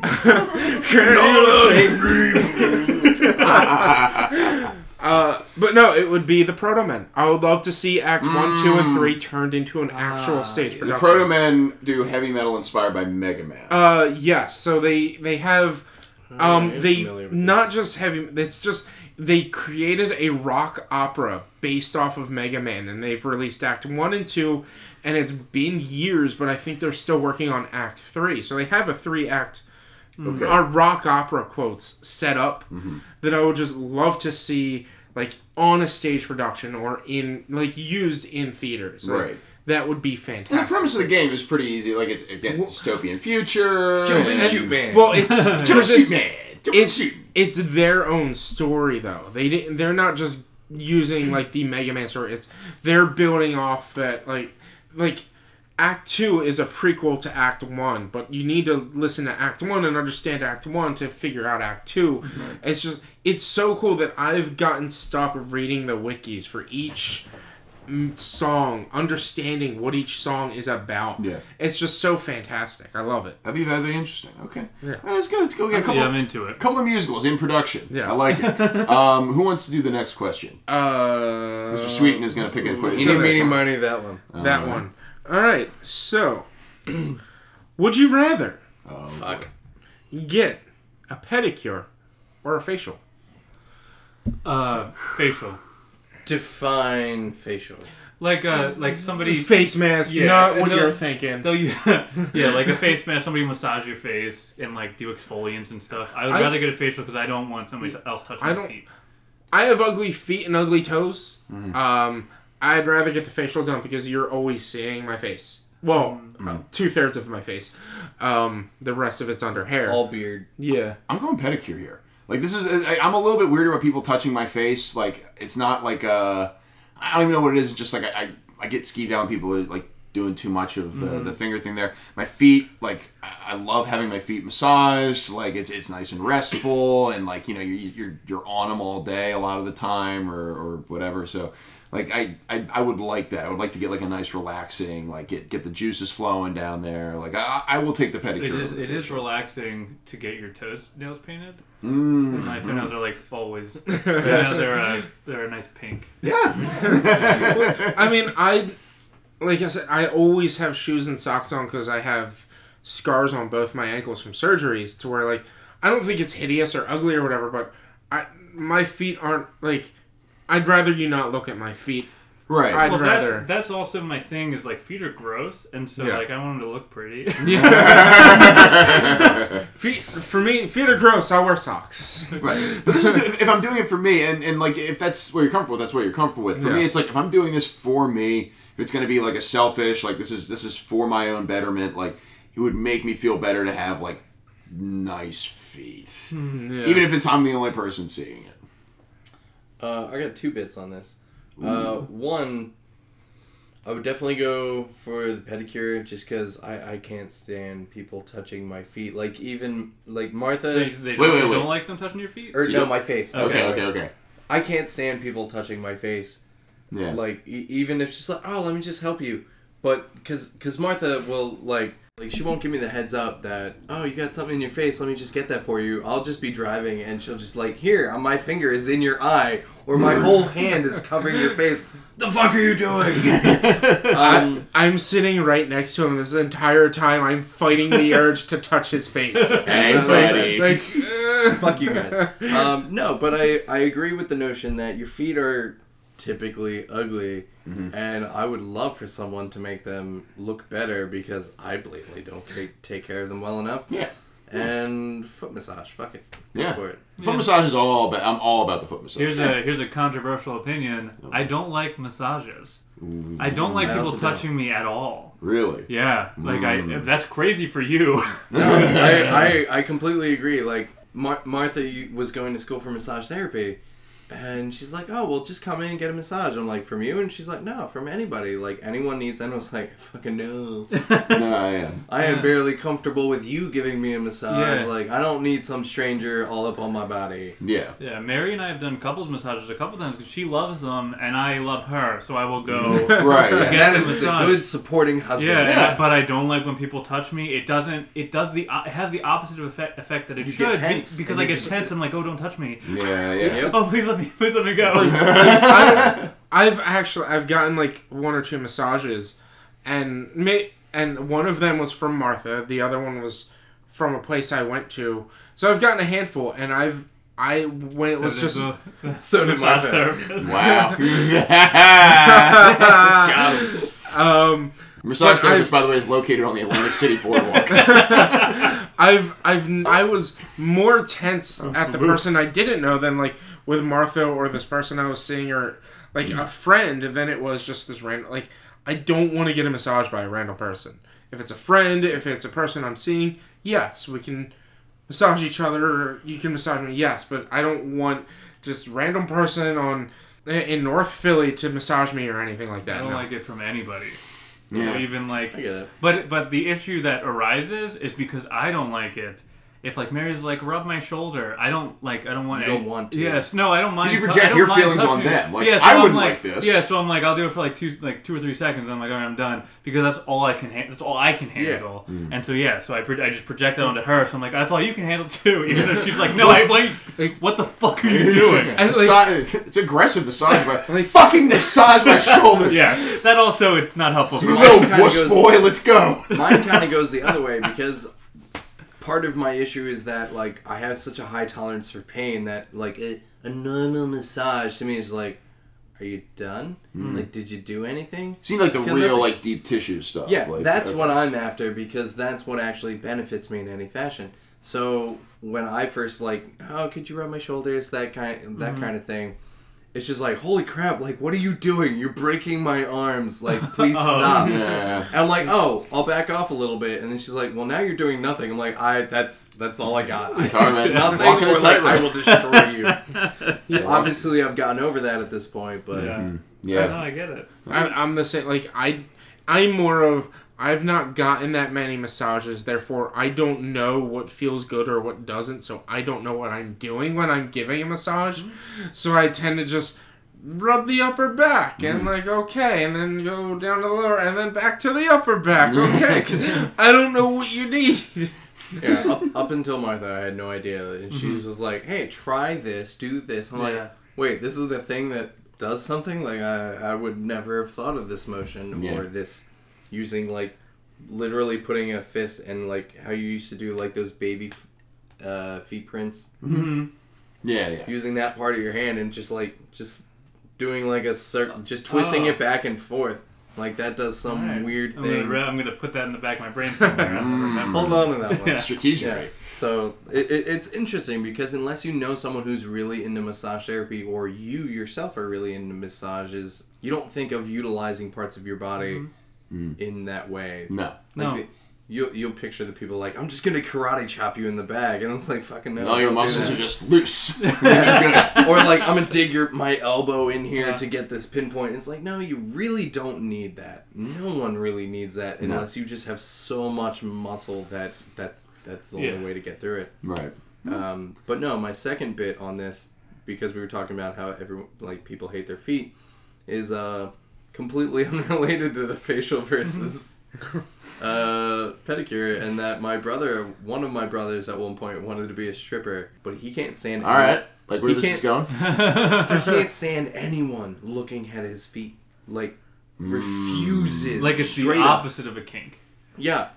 C: Uh, but no, it would be the Proto Men. I would love to see Act One, Two, and Three turned into an actual
B: Mm. Ah,
C: stage
A: The
C: production.
A: Proto Men do heavy metal inspired by Mega Man.
C: Uh, yes. So they they have, um,
D: I'm
C: they
D: familiar with
C: not just heavy. It's just they created a rock opera based off of Mega Man, and they've released Act One and Two, and it's been years, but I think they're still working on Act Three. So they have a three act.
A: Okay.
C: Our rock opera quotes set up that I would just love to see, like on a stage production or in like used in theaters. Like,
A: Right.
C: that would be fantastic.
A: And the premise of the game is pretty easy. Like it's again dystopian future.
D: Jump and
A: and-
D: shoot, man.
C: Well, it's
A: Jump and
C: because it's-
A: shoot, man. Jump and
C: it's
A: shoot.
C: it's their own story though. They didn't. They're not just using like the Mega Man story. It's they're building off that like like Act Two is a prequel to Act One, but you need to listen to Act One and understand Act One to figure out Act Two. It's just it's so cool that I've gotten stuck reading the wikis for each mm, song understanding what each song is about
A: Yeah.
C: it's just so fantastic i love it
A: That'd be that'd be interesting. Okay,
C: Yeah.
A: Well, let's go. Let's go get a couple.
B: yeah, I'm into it.
A: couple of musicals in production.
C: Yeah.
A: I like
C: [LAUGHS]
A: it. um, who wants to do the next question?
C: uh
A: Mr. Sweeten is going to pick a question.
D: Eeny, meeny, miny, that one.
C: That one. All right. So, [CLEARS THROAT] would you rather
A: Oh,
D: Fuck.
C: get a pedicure or a facial?
B: Uh, facial.
D: Define facial.
B: Like uh, like somebody.
C: Face mask,
B: Yeah,
C: not
B: and
C: what you're
B: they'll-
C: thinking.
B: They'll use, [LAUGHS] yeah, like a face mask. Somebody massage your face and like do exfoliants and stuff. I would
C: I-
B: rather get a facial because I don't want somebody to- else touching
C: I
B: my
C: don't-
B: feet.
C: I have ugly feet and ugly toes. Um, I'd rather get the facial done because you're always seeing my face. Well,
B: Mm.
C: two thirds of my face. Um, the rest of it's under hair.
D: All beard.
C: yeah.
A: I'm going pedicure here. Like this is, I, I'm a little bit weird about people touching my face. Like it's not like uh, I don't even know what it is. It's just like I, I, I get skeeved out when people are, like doing too much of the,
B: Mm-hmm.
A: the finger thing there. My feet, like I, I love having my feet massaged. Like it's it's nice and restful, and like you know you're you're, you're on them all day a lot of the time or or whatever. So. Like I, I, I would like that. I would like to get like a nice relaxing, like get get the juices flowing down there. Like I, I will take the pedicure.
B: It is
A: over the
B: it
A: facial.
B: is relaxing to get your toes nails painted.
A: Mm.
B: My toenails are like always.
C: [LAUGHS]
B: Right now they're a, they're a nice pink.
C: I mean, I like I said, I always have shoes and socks on because I have scars on both my ankles from surgeries. To where like I don't think it's hideous or ugly or whatever, but I my feet aren't like. I'd rather you not look at my feet.
A: Right.
C: I'd
B: Well,
C: rather.
B: that's that's also my thing is like feet are gross, and so
C: Yeah.
B: like I want them to look
C: [LAUGHS]
B: pretty.
C: feet for me, feet are gross. I wear socks.
A: Right. But this is good if I'm doing it for me, and, and like if that's what you're comfortable with, that's what you're comfortable with. For me,
C: Yeah.
A: it's like if I'm doing this for me, if it's gonna be like a selfish, like this is this is for my own betterment, like it would make me feel better to have like nice feet, even if it's I'm the only person seeing it.
D: Uh, I got two bits on this. Uh, one, I would definitely go for the pedicure just because I, I can't stand people touching my feet. Like, even, like, Martha.
B: they they
A: Wait,
B: don't,
A: wait,
B: they
A: wait.
B: don't like them touching your feet.
C: Er,
D: or,
A: So you
D: no,
A: don't-
D: my face. I'm
A: Okay.
D: sorry.
A: Okay. Okay.
D: I can't stand people touching my face.
A: Yeah.
D: Like, e- even if just like, oh, let me just help you. But, because cause Martha will, like, like, she won't give me the heads up that, oh, you got something in your face, let me just get that for you. I'll just be driving, and she'll just, like, here, uh, my finger is in your eye, or
A: [LAUGHS]
D: my whole hand is covering your face. The fuck are you
A: [LAUGHS]
D: doing? um,
C: I'm sitting right next to him this entire time. I'm fighting the urge to touch his face.
A: hey,
D: uh,
A: buddy.
C: It's like, eh.
D: fuck you guys. Um, no, but I, I agree with the notion that your feet are typically ugly,
A: Mm-hmm.
D: and I would love for someone to make them look better because I blatantly don't take, take care of them well enough.
A: Yeah.
D: And foot massage, fuck it, Go
A: Yeah.
D: for it.
A: Foot massage is all about. I'm all about the foot massage.
B: Here's a here's a controversial opinion.
C: Oh.
B: I don't like massages. I don't like
D: I
B: people
D: also don't.
B: touching me at all.
A: really. [LAUGHS]
B: Yeah, like I
D: Mm.
B: that's crazy for you. [LAUGHS]
D: Um, I, I, I completely agree. Like Mar- Martha you- was going to school for massage therapy, and she's like, "Oh, well, just come in and get a massage." I'm like, "From you?" And she's like, "No, from anybody. Like anyone needs." And I was like, "Fucking no,
A: No, I am.
D: I am barely comfortable with you giving me a massage.
B: Yeah.
D: Like I don't need some stranger all up on my body."
A: Yeah.
B: yeah, Mary and I have done couples massages a couple times because she loves them and I love her, so I will
D: [LAUGHS]
B: go.
A: Right. Yeah.
B: Get
D: That
B: the
D: is a
B: massage.
D: good supporting husband.
B: Yeah, and
A: Yeah.
B: I- but I don't like when people touch me. It doesn't. It does the. It has the opposite of effect, effect that it
D: You
B: should
D: get
B: be-
D: tense,
B: because
D: and
B: I
D: you
B: get
D: just-
B: tense. I'm like, oh, don't touch me. [LAUGHS]
A: Yeah. Yeah.
D: Yep.
B: Oh, please let me. Please let me
D: [LAUGHS]
B: go.
C: I, I've actually I've gotten like one or two massages, and ma- and one of them was from Martha. The other one was from a place I went to. So I've gotten a handful, and I've I when it
D: [LAUGHS]
C: was
D: [LAUGHS]
C: just
D: So
B: massage
D: did Martha.
B: therapist.
A: [LAUGHS] Wow.
C: um
A: Massage
C: But I-
A: therapist, by the way, is located on the Atlantic City [LAUGHS] boardwalk.
C: I've I've I was more tense at the person I didn't know than like with Martha or this person I was seeing or like a friend than it was just this random like I don't want to get a massage by a random person. If it's a friend, if it's a person I'm seeing, yes, we can massage each other or you can massage me, yes, but I don't want just random person on in North Philly to massage me or anything like that.
B: I don't
C: no.
B: like it from anybody.
A: Yeah.
B: Or even like.
D: I get it.
B: But but the issue that arises is because I don't like it. If like Mary's like rub my shoulder, I don't like I don't want.
D: You don't
B: any-
D: want to.
B: Yes, no, I don't mind.
A: you
B: tou- I
A: project
B: don't
A: your
B: mind
A: feelings on
B: touching it.
A: them. Like,
B: yeah, so
A: I
B: I'm
A: wouldn't
B: like,
A: like this.
B: Yeah, so I'm like I'll do it for like two like two or three seconds. And I'm like all right, I'm done because that's all I can ha- that's all I can handle.
A: Mm.
B: And so yeah, so I pro- I just project that onto her. So I'm like that's all you can handle too. Even though she's like no, I wait, what the fuck are you
A: [LAUGHS]
B: doing?
C: And, like-
A: Massage, it's aggressive massage, but
D: [LAUGHS]
A: fucking massage my shoulders.
B: Yeah, that also it's not helpful. For
A: You
B: me.
A: little
D: Mine kinda
A: wuss
D: goes-
A: boy, let's [LAUGHS] go.
D: mine kind of
B: [LAUGHS]
D: goes the other way because part of my issue is that like I have such a high tolerance for pain that like a, a normal massage to me is like, are you done?
B: Mm.
D: Like, did you do anything?
A: See, like the
D: Feel
A: real,
D: nothing.
A: like deep tissue stuff.
D: Yeah,
A: like,
D: that's
A: okay.
D: what I'm after because that's what actually benefits me in any fashion. So when I first like, oh, could you rub my shoulders? That kind, that kind of thing. It's just like, holy crap! Like, what are you doing? You're breaking my arms! Like, please stop!
A: Yeah.
D: And I'm like, oh, I'll back off a little bit, and then she's like, well, now you're doing nothing. I'm like, I that's that's all I got. I
A: Sorry, man.
D: did nothing,
A: Walking the
D: or like,
A: tightrope.
D: I will destroy you. Obviously, I've gotten over that at this point, but
B: Yeah. No,
A: Yeah.
B: I get it.
C: I, I'm the same. Like I, I'm more of I've not gotten that many massages. Therefore, I don't know what feels good or what doesn't. So I don't know what I'm doing when I'm giving a massage.
A: Mm-hmm.
C: So I tend to just rub the upper back
A: Mm-hmm.
C: and like okay, and then go down to the lower, and then back to the
A: [LAUGHS]
C: upper back. Okay, I don't know what you need.
D: yeah, [LAUGHS] up, up until Martha, I had no idea, and she was just like, hey, try this, do this. I'm
B: Mm-hmm. Yeah.
D: like, wait, this is the thing that does something. Like, I I would never have thought of this motion
A: Yeah.
D: or this using like literally putting a fist and like how you used to do like those baby f- uh, feet prints.
A: Mm-hmm.
B: Mm-hmm.
A: Yeah. Yeah.
D: using that part of your hand and just like just doing like a circle, just twisting
B: Oh.
D: it back and forth. Like that does some
B: Alright.
D: weird
B: I'm gonna,
D: thing. Mm.
B: re- I'm gonna put that in the back of my brain somewhere. I don't remember.
D: Hold on to
B: [LAUGHS]
D: that one. yeah.
A: Strategic.
D: So it, it, it's interesting because unless you know someone who's really into massage therapy or you yourself are really into massages, you don't think of utilizing parts of your body
A: Mm.
D: in that way.
A: No.
D: Like
B: Mm-hmm. No.
D: The, You'll, you'll picture the people like I'm just gonna karate chop you in the back and it's like fucking no
A: All your
D: don't do
A: muscles
D: that.
A: are just loose. Yeah,
D: or like [LAUGHS] I'm gonna dig your my elbow in here
B: Yeah.
D: to get this pinpoint. It's like no, you really don't need that. No one really needs that unless you just have so much muscle that that's that's the
B: Yeah.
D: only way to get through it.
A: good. Right.
D: Um, but no, my second bit on this because we were talking about how everyone like people hate their feet is uh completely [LAUGHS] unrelated to the facial versus uh pedicure and that my brother one of my brothers at one point wanted to be a stripper but he can't stand
A: All right. Like where
D: He
A: this is
D: [LAUGHS]
A: going?
D: I can't stand anyone looking at his feet. Like
A: Mm.
D: refuses.
B: Like it's
D: straight
B: the
D: up.
B: opposite of a kink.
D: Yeah.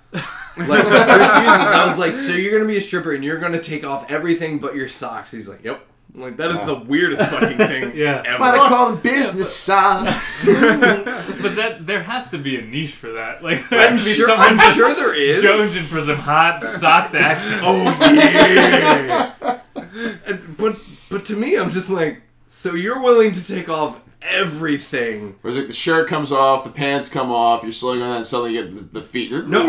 D: Like refuses. I was like, so you're gonna be a stripper and you're gonna take off everything but your socks. He's like, yep. I'm like, that is the weirdest fucking thing
B: Yeah.
A: Why
D: ever.
A: they call them business socks?
D: [LAUGHS]
B: But that there has to be a niche for that. Like there
D: I'm
B: has to be
D: sure,
B: someone
D: I'm sure there [LAUGHS] is.
B: jonesing for some hot socks
D: [LAUGHS]
B: action.
D: Oh yeah. [LAUGHS] And- but but to me, I'm just like, so you're willing to take off everything?
A: Whereas like the shirt comes off, the pants come off, you're slowing on that, and suddenly you get the, the feet. [LAUGHS]
D: No,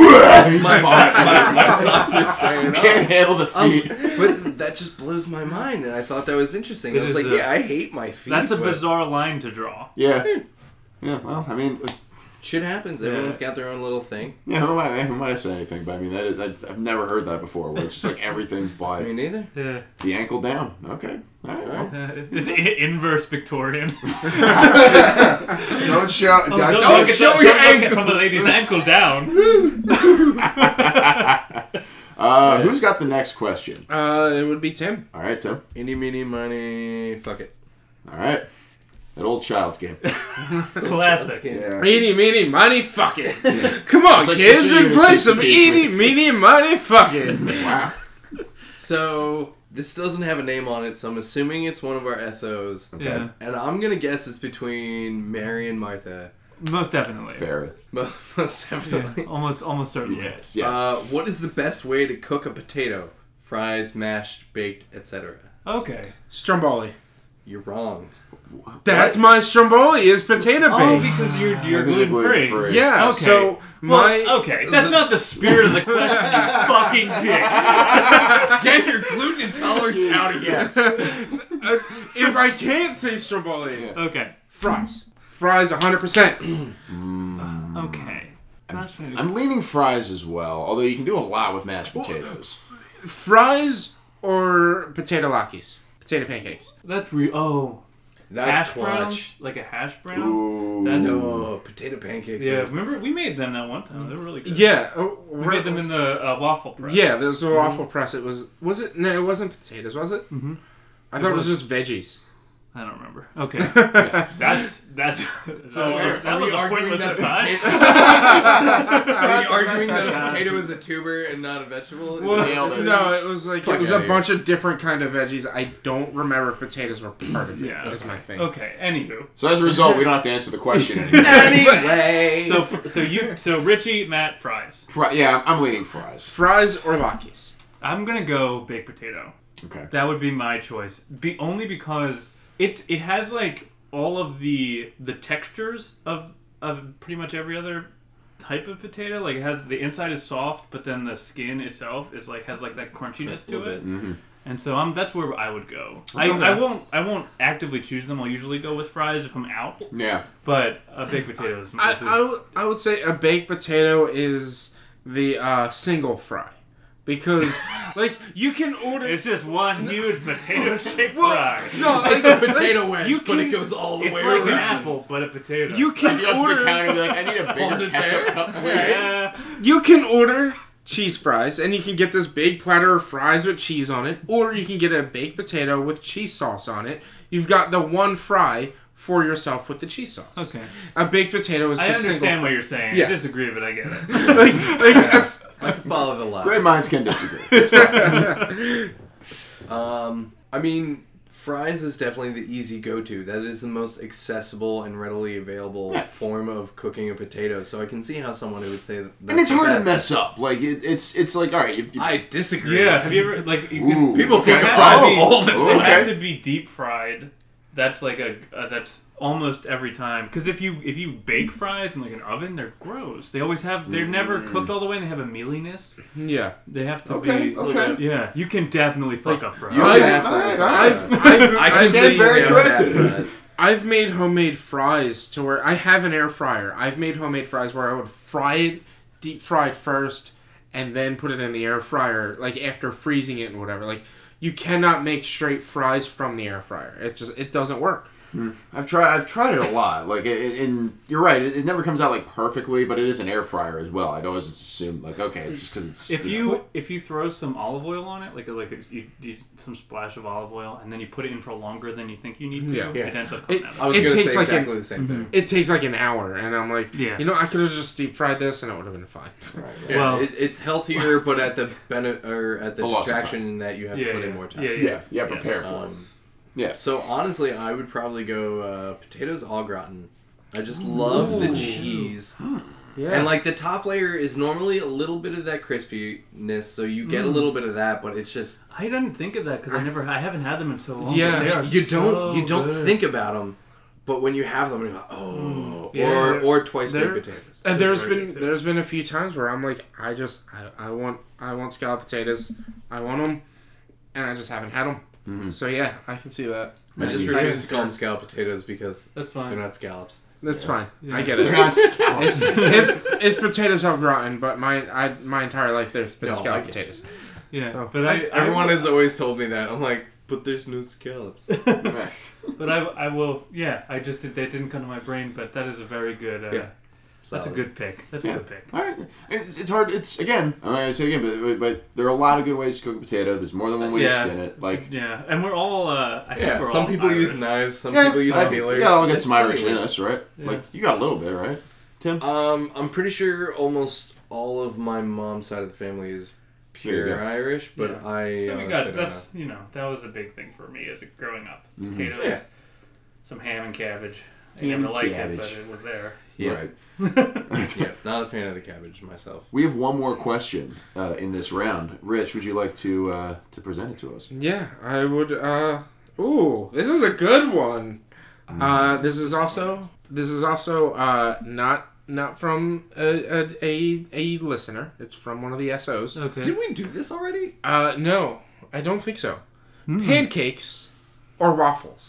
A: He's
D: [LAUGHS] my,
A: fine. [LAUGHS]
D: my, my socks [LAUGHS] are staying
A: can't
D: on.
A: handle the
D: Um,
A: feet.
D: but that just blows my mind, and I thought that was interesting.
B: It
D: I was
B: is
D: like,
B: a-
D: yeah, I hate my feet.
B: That's a
D: but
B: bizarre line to draw.
A: Yeah. Yeah, well, I mean, uh,
D: Shit happens. Everyone's got their own little thing.
A: yeah, who am I, who am I to say anything? But I mean, that is, that, I've never heard that before, where it's just like
D: [LAUGHS]
A: everything by
D: Me neither.
B: Yeah.
A: the ankle down. Okay. All right. Well.
B: It's i- inverse
D: [LAUGHS]
B: Victorian.
A: Don't show.
D: Oh,
B: don't
A: don't
B: look at
D: show
B: the- don't
D: your
B: look at
D: ankles.
B: From a lady's ankle
D: [LAUGHS]
B: down.
A: [LAUGHS] uh, Who's got the next question?
C: Uh, it would be Tim.
A: All right, Tim.
D: Any, meeny, money. Fuck it.
A: All right. That old child's game.
D: Let's
B: Classic.
D: get-
C: Eeny, meeny, money, fuck
A: [LAUGHS]
C: it. Come on,
A: It's like
C: kids,
A: sister
C: and
A: you
C: play
A: and sister
C: some
A: teach me.
C: eeny, meeny, money, fuck it.
A: [LAUGHS] Wow.
D: So this doesn't have a name on it, so I'm assuming it's one of our SOs.
B: Yeah.
D: And I'm gonna guess it's between Mary and Martha. [LAUGHS]
B: Most definitely.
A: Fair.
D: Mo- Most
B: Yeah, [LAUGHS]
D: definitely.
B: almost, almost certainly.
A: Yes. Yes.
D: Uh, what is the best way to cook a potato? Fries, mashed, baked, etc.
B: Okay.
C: Stromboli.
D: You're wrong.
C: That's my Stromboli is potato
B: Oh,
C: base.
B: because you're you're
A: Because they're
B: gluten free.
A: gluten-free.
C: yeah.
B: Okay.
C: So
B: Well,
C: my
B: okay, that's not the spirit of the question, you fucking
D: [LAUGHS]
B: dick.
D: Get your gluten intolerance out again.
C: uh, if I can't say Stromboli,
A: Yeah.
B: Okay.
C: fries, fries, hundred percent.
B: Okay. That's
A: [LAUGHS]
B: really-
A: I'm leaning fries as well, although you can do a lot with mashed potatoes.
C: Fries or potato lockies, potato pancakes.
B: That's re- oh
D: That's
B: hash
D: clutch.
B: browns like a hash brown.
A: Ooh.
B: That's
D: No, potato pancakes.
B: yeah.
D: are-
B: Remember we made them that one time. They're really good.
C: Yeah, oh,
B: We made them in the uh, waffle press.
C: yeah. There was
B: Mm-hmm.
C: a waffle press. It was was it? No, it wasn't potatoes, was it? Mm-hmm. I thought it was,
B: was.
C: just veggies.
B: I don't remember.
D: [LAUGHS]
B: Okay. that's that's. that was, a, that
D: Are
B: was
D: we
B: a
D: arguing
B: pointless
D: that a
B: aside. [LAUGHS]
D: potato- [LAUGHS] Are we arguing that a
C: [LAUGHS]
D: potato is a tuber and not a vegetable? Is that
A: Nailed
D: what
A: it.
D: this
C: No, it was like
A: Fuck
C: it was
A: outta
C: a
A: here.
C: bunch of different kind of veggies. I don't remember if potatoes were part of it.
B: Yeah,
C: Yeah, that's
B: that's
C: my thing.
B: Okay. Anywho,
A: So as a result, we don't have to answer the [LAUGHS] question anymore.
D: is? Anyway.
B: so f- so you so Richie Matt fries.
A: Fri- yeah, I'm leaning fries.
C: Fries or lockies?
B: I'm gonna go baked potato.
A: Okay.
B: That would be my choice. Be only because it it has like all of the the textures of of pretty much every other type of potato. Like it has the inside is soft, but then the skin itself is like has like that crunchiness to
D: little
B: it. And so I'm that's where I would go. I,
C: Okay.
B: I won't I won't actively choose them. I'll usually go with fries if I'm out.
A: Yeah.
B: But a baked potato is
C: I,
B: my
C: I, w- I would say a baked potato is the uh, single fry
B: [LAUGHS]
C: because like you can order
B: It's just one huge potato shaped
C: Well,
B: fry.
A: [LAUGHS]
C: no like,
D: It's a
B: [LAUGHS]
D: potato wedge,
C: you
D: but it
C: can-
D: goes all the
B: It's
D: way
B: like
D: around.
B: an apple, but a potato.
C: you can
A: You go to the
C: order
A: counter and be like, I need a bigger
D: Fondue
A: ketchup
D: there.
A: cup, please.
B: Yeah.
C: you can order cheese fries and you can get this big platter of fries with cheese on it or you can get a baked potato with cheese sauce on it. You've got the one fry for yourself with the cheese sauce.
B: Okay.
C: A baked potato is
B: I
C: the single
B: understand what you're saying.
C: Yeah.
B: I disagree, but I get it.
C: [LAUGHS] like, like that's
D: I can follow the line.
A: Great minds can [LAUGHS] disagree. It's fine.
D: Um, I mean, fries is definitely the easy go-to. That is the most accessible and readily available
A: Yeah.
D: form of cooking a potato. So I can see how someone who would say that.
A: and it's hard to
D: that's-
A: mess up. Like it, it's it's like all right. You, you,
D: I disagree.
B: Yeah, have you ever like you
A: Ooh. Oh,
B: can
D: People
B: it
D: think of
B: has
D: fries
B: to be-
D: all the
B: it
A: time.
B: has
A: Okay.
B: to be deep fried. That's like a uh, that's almost every time because if you if you bake fries in like an oven, they're gross. They always have they're never cooked all the way. and They have a mealiness.
C: yeah.
B: They have to
A: okay.
B: be.
A: Okay.
B: Yeah, you can definitely fuck up fries.
D: You
C: I've-
D: have something.
C: I've,
D: Yeah.
C: I've,
D: I
C: I've
D: can
A: stand
D: see
A: very
D: you
A: corrected.
D: have fries.
C: I've made homemade fries to where I have an air fryer. I've made homemade fries where I would fry it, deep fried first, and then put it in the air fryer, like after freezing it and whatever. Like you cannot make straight fries from the air fryer. It just it doesn't work.
A: I've tried. I've tried it a lot. Like, it, it- and you're right. It, it never comes out like perfectly, but it is an air fryer as well. I'd always assume like, okay, it's just because it's.
B: If you if you throw some olive oil on it, like a, like a, you, you, some splash of olive oil, and then you put it in for longer than you think you need to,
C: Yeah.
B: it ends up coming
C: It-
B: out.
D: I was
C: It
D: going to
C: tastes
D: say
C: like
D: exactly the same thing.
C: It takes like an hour, and I'm like,
B: Yeah.
C: you know, I could have just deep fried this, and it would have been fine.
D: Yeah,
B: Well-
D: it, it's healthier, but at the benefit or at the
A: A loss of
D: detraction that you have
B: Yeah,
D: to put
B: yeah.
D: in more time.
B: Yeah, yeah.
A: yeah, yeah, prepare for
D: Um,
A: Yeah.
D: So honestly, I would probably go uh, potatoes au gratin. I just love the
C: Ooh.
D: cheese.
B: Hmm.
A: Hmm.
C: Yeah.
D: And like the top layer is normally a little bit of that crispiness, so you
B: Hmm.
D: get a little bit of that, but it's just
B: I didn't think of that because I never, I haven't had them in so long.
C: Yeah,
B: They're
C: yeah.
B: just
D: you don't
B: so
D: you don't
B: good. Hmm.
D: think about them, but when you have them, you're like, oh,
B: Yeah.
D: or or twice baked
C: They're-
D: potatoes.
C: [LAUGHS] And there's
B: Very
C: been
B: good too.
C: there's been a few times where I'm like, I just I, I want I want scallop potatoes, I want them, and I just haven't had them. So yeah, I can see that.
D: Mm-hmm. I just
A: Maybe.
D: refuse to call them scallop potatoes because
B: That's
D: they're
B: fine.
D: not scallops.
C: That's fine.
B: Yeah.
C: I get
A: They're
C: it.
A: not scallops.
C: it's it's potatoes au gratin, but my I my entire life there's been
D: No, I
C: scallop
D: get
C: potatoes.
B: yeah,
C: Oh.
B: but [LAUGHS] I, I
D: Everyone has always told me that. I'm like, but there's no scallops.
B: [LAUGHS] But I, I will. Yeah, I just did. That didn't come to my brain, but that is a very good. Uh,
D: Yeah.
B: that's a good pick. That's
A: Yeah.
B: a good pick.
A: All right, it's, it's hard. It's again, I mean, I say again, but, but but there are a lot of good ways to cook a potato. There's more than one way
B: Yeah.
A: to skin it. Like
B: Yeah, and we're all. Uh, I think
D: Yeah,
B: we're
D: some
B: all
D: people
B: Irish.
D: use knives, some
A: yeah,
D: people use
A: I,
D: feelers.
A: yeah, I'll get
D: It's
A: some Irish in
D: pretty
A: us, right?
B: Yeah.
A: Like you got a little bit, right, Tim?
D: Um, I'm pretty sure almost all of my mom's side of the family is
A: There you
D: pure
A: go.
D: Irish, but
B: Yeah.
D: I uh,
B: So we
D: honestly
B: got
D: don't Mm-hmm.
B: that's you know that was a big thing for me as a, growing up. Potatoes,
D: Yeah.
B: some ham and cabbage. I
A: Ham
B: never
A: and
B: liked it,
A: cabbage.
B: but it was
D: [LAUGHS]
B: there. [LAUGHS]
D: Yeah.
A: Right.
D: know. yeah, not a fan of the cabbage myself.
A: [LAUGHS] We have one more question uh, in this round. Rich, would you like to uh, to present it to us?
C: Yeah, I would. uh Ooh, this is a good one.
D: Mm.
C: Uh, this is also this is also uh not not from a a, a, a listener. It's from one of the SOs.
B: Okay.
D: Did we do this already?
C: Uh, no, I don't think so.
D: Hmm.
C: Pancakes or waffles?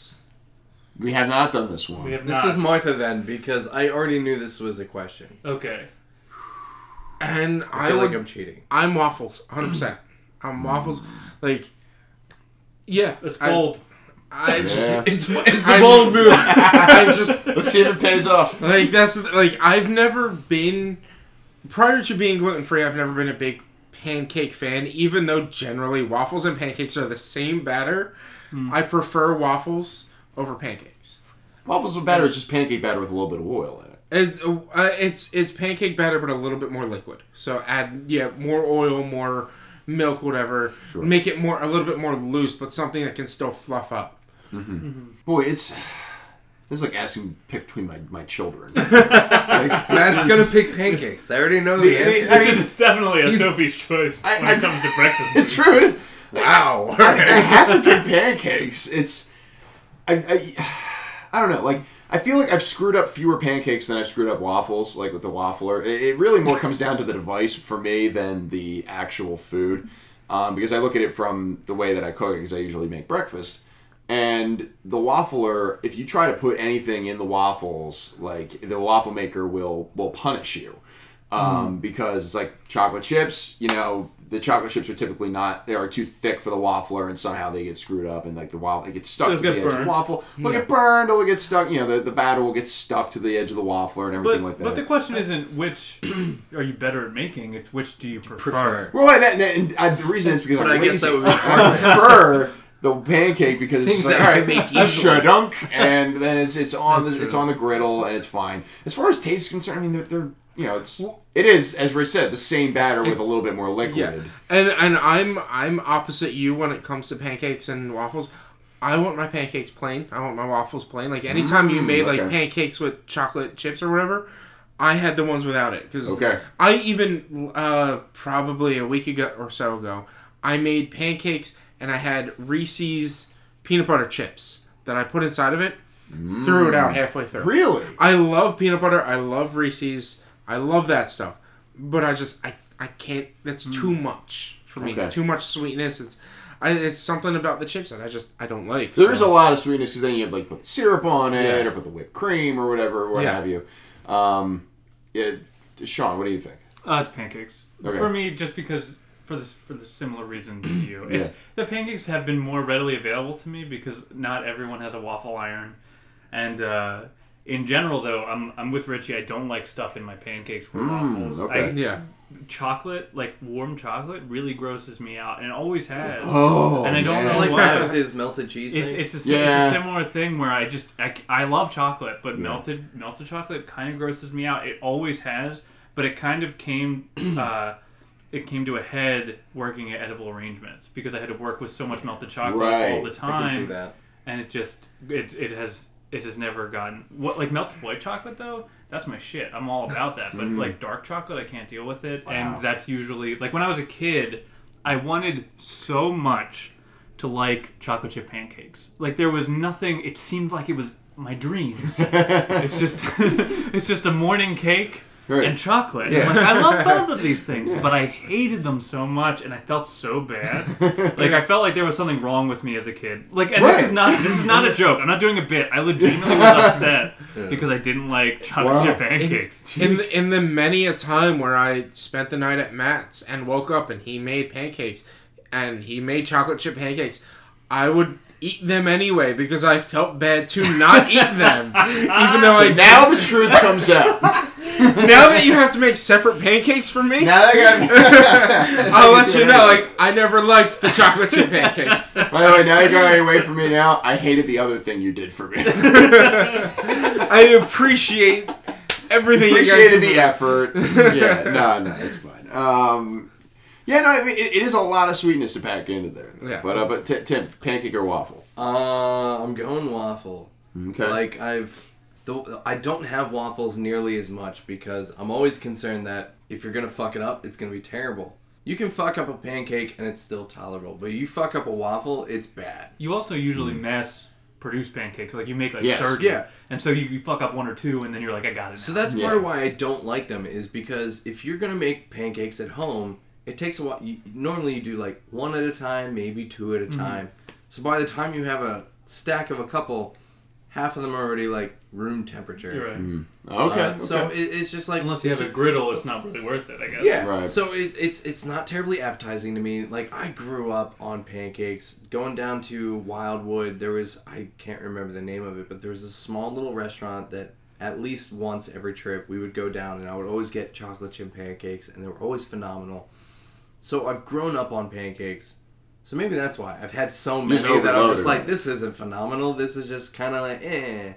A: We have not done this one.
B: We have
D: This
B: not.
D: is Martha then, because I already knew this was a question.
B: okay.
C: And
D: I
C: I,
D: feel
C: would,
D: like I'm Mm. cheating.
C: I'm waffles, hundred percent. I'm waffles. Like, yeah,
B: It's
C: I-
B: bold.
C: I, just,
A: Yeah.
D: It's, it's
C: I'm- [LAUGHS]
D: move.
C: I
A: [LAUGHS] [LAUGHS]
C: just
A: Let's see if it pays off.
C: like that's like I've never been prior to being gluten free. I've never been a big pancake fan, even though generally waffles and pancakes are the same batter. I prefer waffles over pancakes.
A: Waffles with batter is just pancake batter with a little bit of oil in it.
C: It, uh, it's it's pancake batter, but a little bit more liquid. So add yeah more oil, more milk, whatever.
A: Sure.
C: Make it more a little bit more loose, but something that can still fluff up.
A: Boy, it's this is like asking to pick between my, my
D: [LAUGHS]
A: children. [LAUGHS]
D: Matt's gonna pick pancakes. I already know the,
A: The- the-
D: answer.
A: I
B: This
A: mean,
B: is definitely a
A: he's-
B: Sophie's choice
A: I-
B: when
A: I-
B: it comes to
A: [LAUGHS]
B: breakfast.
A: it's true.
D: [LAUGHS] [LAUGHS] wow.
A: [LAUGHS] I, I have to pick pancakes. It's I, I I don't know. Like I feel like I've screwed up fewer pancakes than I've screwed up waffles. Like with the waffler, it, it really more comes down to the device for me than the actual food, um, because I look at it from the way that I cook. Because I usually make breakfast. And the waffler, if you try to put anything in the waffles, like the waffle maker will will punish you
B: Mm-hmm.
A: um, because it's like chocolate chips. You know, the chocolate chips are typically not; they are too thick for the waffler, and somehow they get screwed up, and like the waffle, it gets stuck
B: They'll
A: to the
B: get
A: edge of the
B: burned.
A: waffle. Look, it burned. It'll get stuck. You know, the, the batter will get stuck to the edge of the waffler and
B: But,
A: everything like that.
B: but the question isn't which [CLEARS THROAT] are you better at making, it's which do you prefer.
D: Prefer.
A: well, and, that- that- and, I, the reason is because
D: But
A: I'm
D: I guess
A: lazy.
D: that would be
A: [LAUGHS] I prefer the pancake because it's
D: Things
A: just like,
D: that
A: all
D: I
A: right,
D: make [LAUGHS]
A: shadunk, and then it's it's on the it's on the griddle and it's fine. As far as taste is concerned, I mean, they're, they're you know, it's it is as Rich said, the same batter with a little bit more liquid.
C: Yeah, and and I'm I'm opposite you when it comes to pancakes and waffles. I want my pancakes plain. I want my waffles plain. Like anytime you made like
A: Mm, okay.
C: pancakes with chocolate chips or whatever, I had the ones without it because
A: Okay.
C: I even uh, probably a week ago or so ago, I made pancakes and I had Reese's peanut butter chips that I put inside of it, threw it
A: Mm.
C: out halfway through.
A: Really?
C: I love peanut butter. I love Reese's. I love that stuff. But I just I I can't. That's too much for me.
A: Hmm. Okay.
C: It's too much sweetness. It's I, it's something about the chips that I just I don't like.
A: There is a lot of sweetness because then you have like put the syrup on it or put the whipped cream or whatever, or what
C: Yeah.
A: have you. Um, yeah, Sean, what do you think?
B: Uh, it's pancakes.
A: Okay.
B: For me, just because for this for the similar reason
A: [CLEARS THROAT]
B: to you, it's the pancakes have been more readily available to me because not everyone has a waffle iron, and uh, in general, though, I'm I'm with Richie. I don't like stuff in my pancakes or
A: Mm,
B: waffles.
A: okay.
B: I,
C: Yeah.
B: chocolate, like warm chocolate, really grosses me out, and it always has.
A: Oh,
B: And I don't
D: It's
B: know
D: like
B: why.
D: Matt with his melted cheese
B: It's,
D: thing.
B: it's, a, si-
A: Yeah.
B: it's a similar thing where I just I, c- I love chocolate, but melted melted chocolate kind of grosses me out. It always has, but it kind
A: [CLEARS THROAT]
B: of came uh, it came to a head working at Edible Arrangements because I had to work with so much melted chocolate
A: Right.
B: all the
D: I can see
B: time,
D: that.
B: and it just it, it has it has never gotten what like melted white chocolate though. That's my shit. I'm all about
A: [LAUGHS]
B: that. But
A: Mm-hmm.
B: like dark chocolate, I can't deal with it.
A: Wow.
B: And that's usually like when I was a kid, I wanted so much to like chocolate chip pancakes. Like there was nothing. It seemed like it was my
A: [LAUGHS]
B: dreams. it's just [LAUGHS] it's just a morning cake
A: Right. [LAUGHS]
B: and chocolate.
A: Yeah.
B: Like, I love
A: [LAUGHS]
B: both of these things, but I hated them so much, and I felt so bad. Like I felt like there was something wrong with me as a kid. Like, and this
A: Right.
B: is not this is not a joke. I'm not doing a bit. I legitimately was [LAUGHS] upset because I didn't like chocolate
A: Wow.
B: chip pancakes.
C: In the, in the many a time where I spent the night at Matt's and woke up and he made pancakes and he made chocolate chip pancakes, I would eat them anyway because I felt bad to not eat them. Even though I
A: So now the truth comes [LAUGHS] out. Now
C: now that you have to make separate pancakes for
A: [LAUGHS]
C: me,
A: I
C: I'll let you know. Like I never liked the chocolate chip pancakes.
A: By the way, now you're going away from me. Now I hated the other thing you did [LAUGHS] for me.
C: [LAUGHS] I appreciate everything.
A: Appreciated
C: you
A: the
C: guys
A: effort. Yeah, no, no, it's fine. Um, yeah, no, I mean, it, it is a lot of sweetness to pack into there. though.
C: Yeah.
A: But uh, but Ti- Tim, pancake or waffle?
D: Uh, I'm going waffle.
A: Okay.
D: Like I've, the, I don't have waffles nearly as much because I'm always concerned that if you're gonna fuck it up, it's gonna be terrible. You can fuck up a pancake and it's still tolerable, but you fuck up a waffle, it's bad.
B: You also usually mass produce pancakes. Like you make like
A: Yes.
B: thirty,
D: Yeah.
B: and so you, you fuck up one or two, and then you're like, I got it.
D: So
B: now.
D: that's
A: Yeah.
D: part of why I don't like them is because if you're gonna make pancakes at home, it takes a while. You, normally you do like one at a time, maybe two at a
A: Mm-hmm.
D: time. So by the time you have a stack of a couple, half of them are already like room temperature.
B: You're right.
A: okay.
D: Uh, So
A: okay.
D: it, it's just like
B: Unless you have a griddle, it's not really worth it. I guess.
D: Yeah.
A: Right.
D: So it, it's it's not terribly appetizing to me. Like I grew up on pancakes. Going down to Wildwood, there was I can't remember the name of it, but there was a small little restaurant that at least once every trip we would go down, and I would always get chocolate chip pancakes, and they were always phenomenal. So I've grown up on pancakes. So maybe that's why I've had so
A: You've
D: many that I'm
A: overloaded.
D: just like, this isn't phenomenal. This is just kind of like, eh.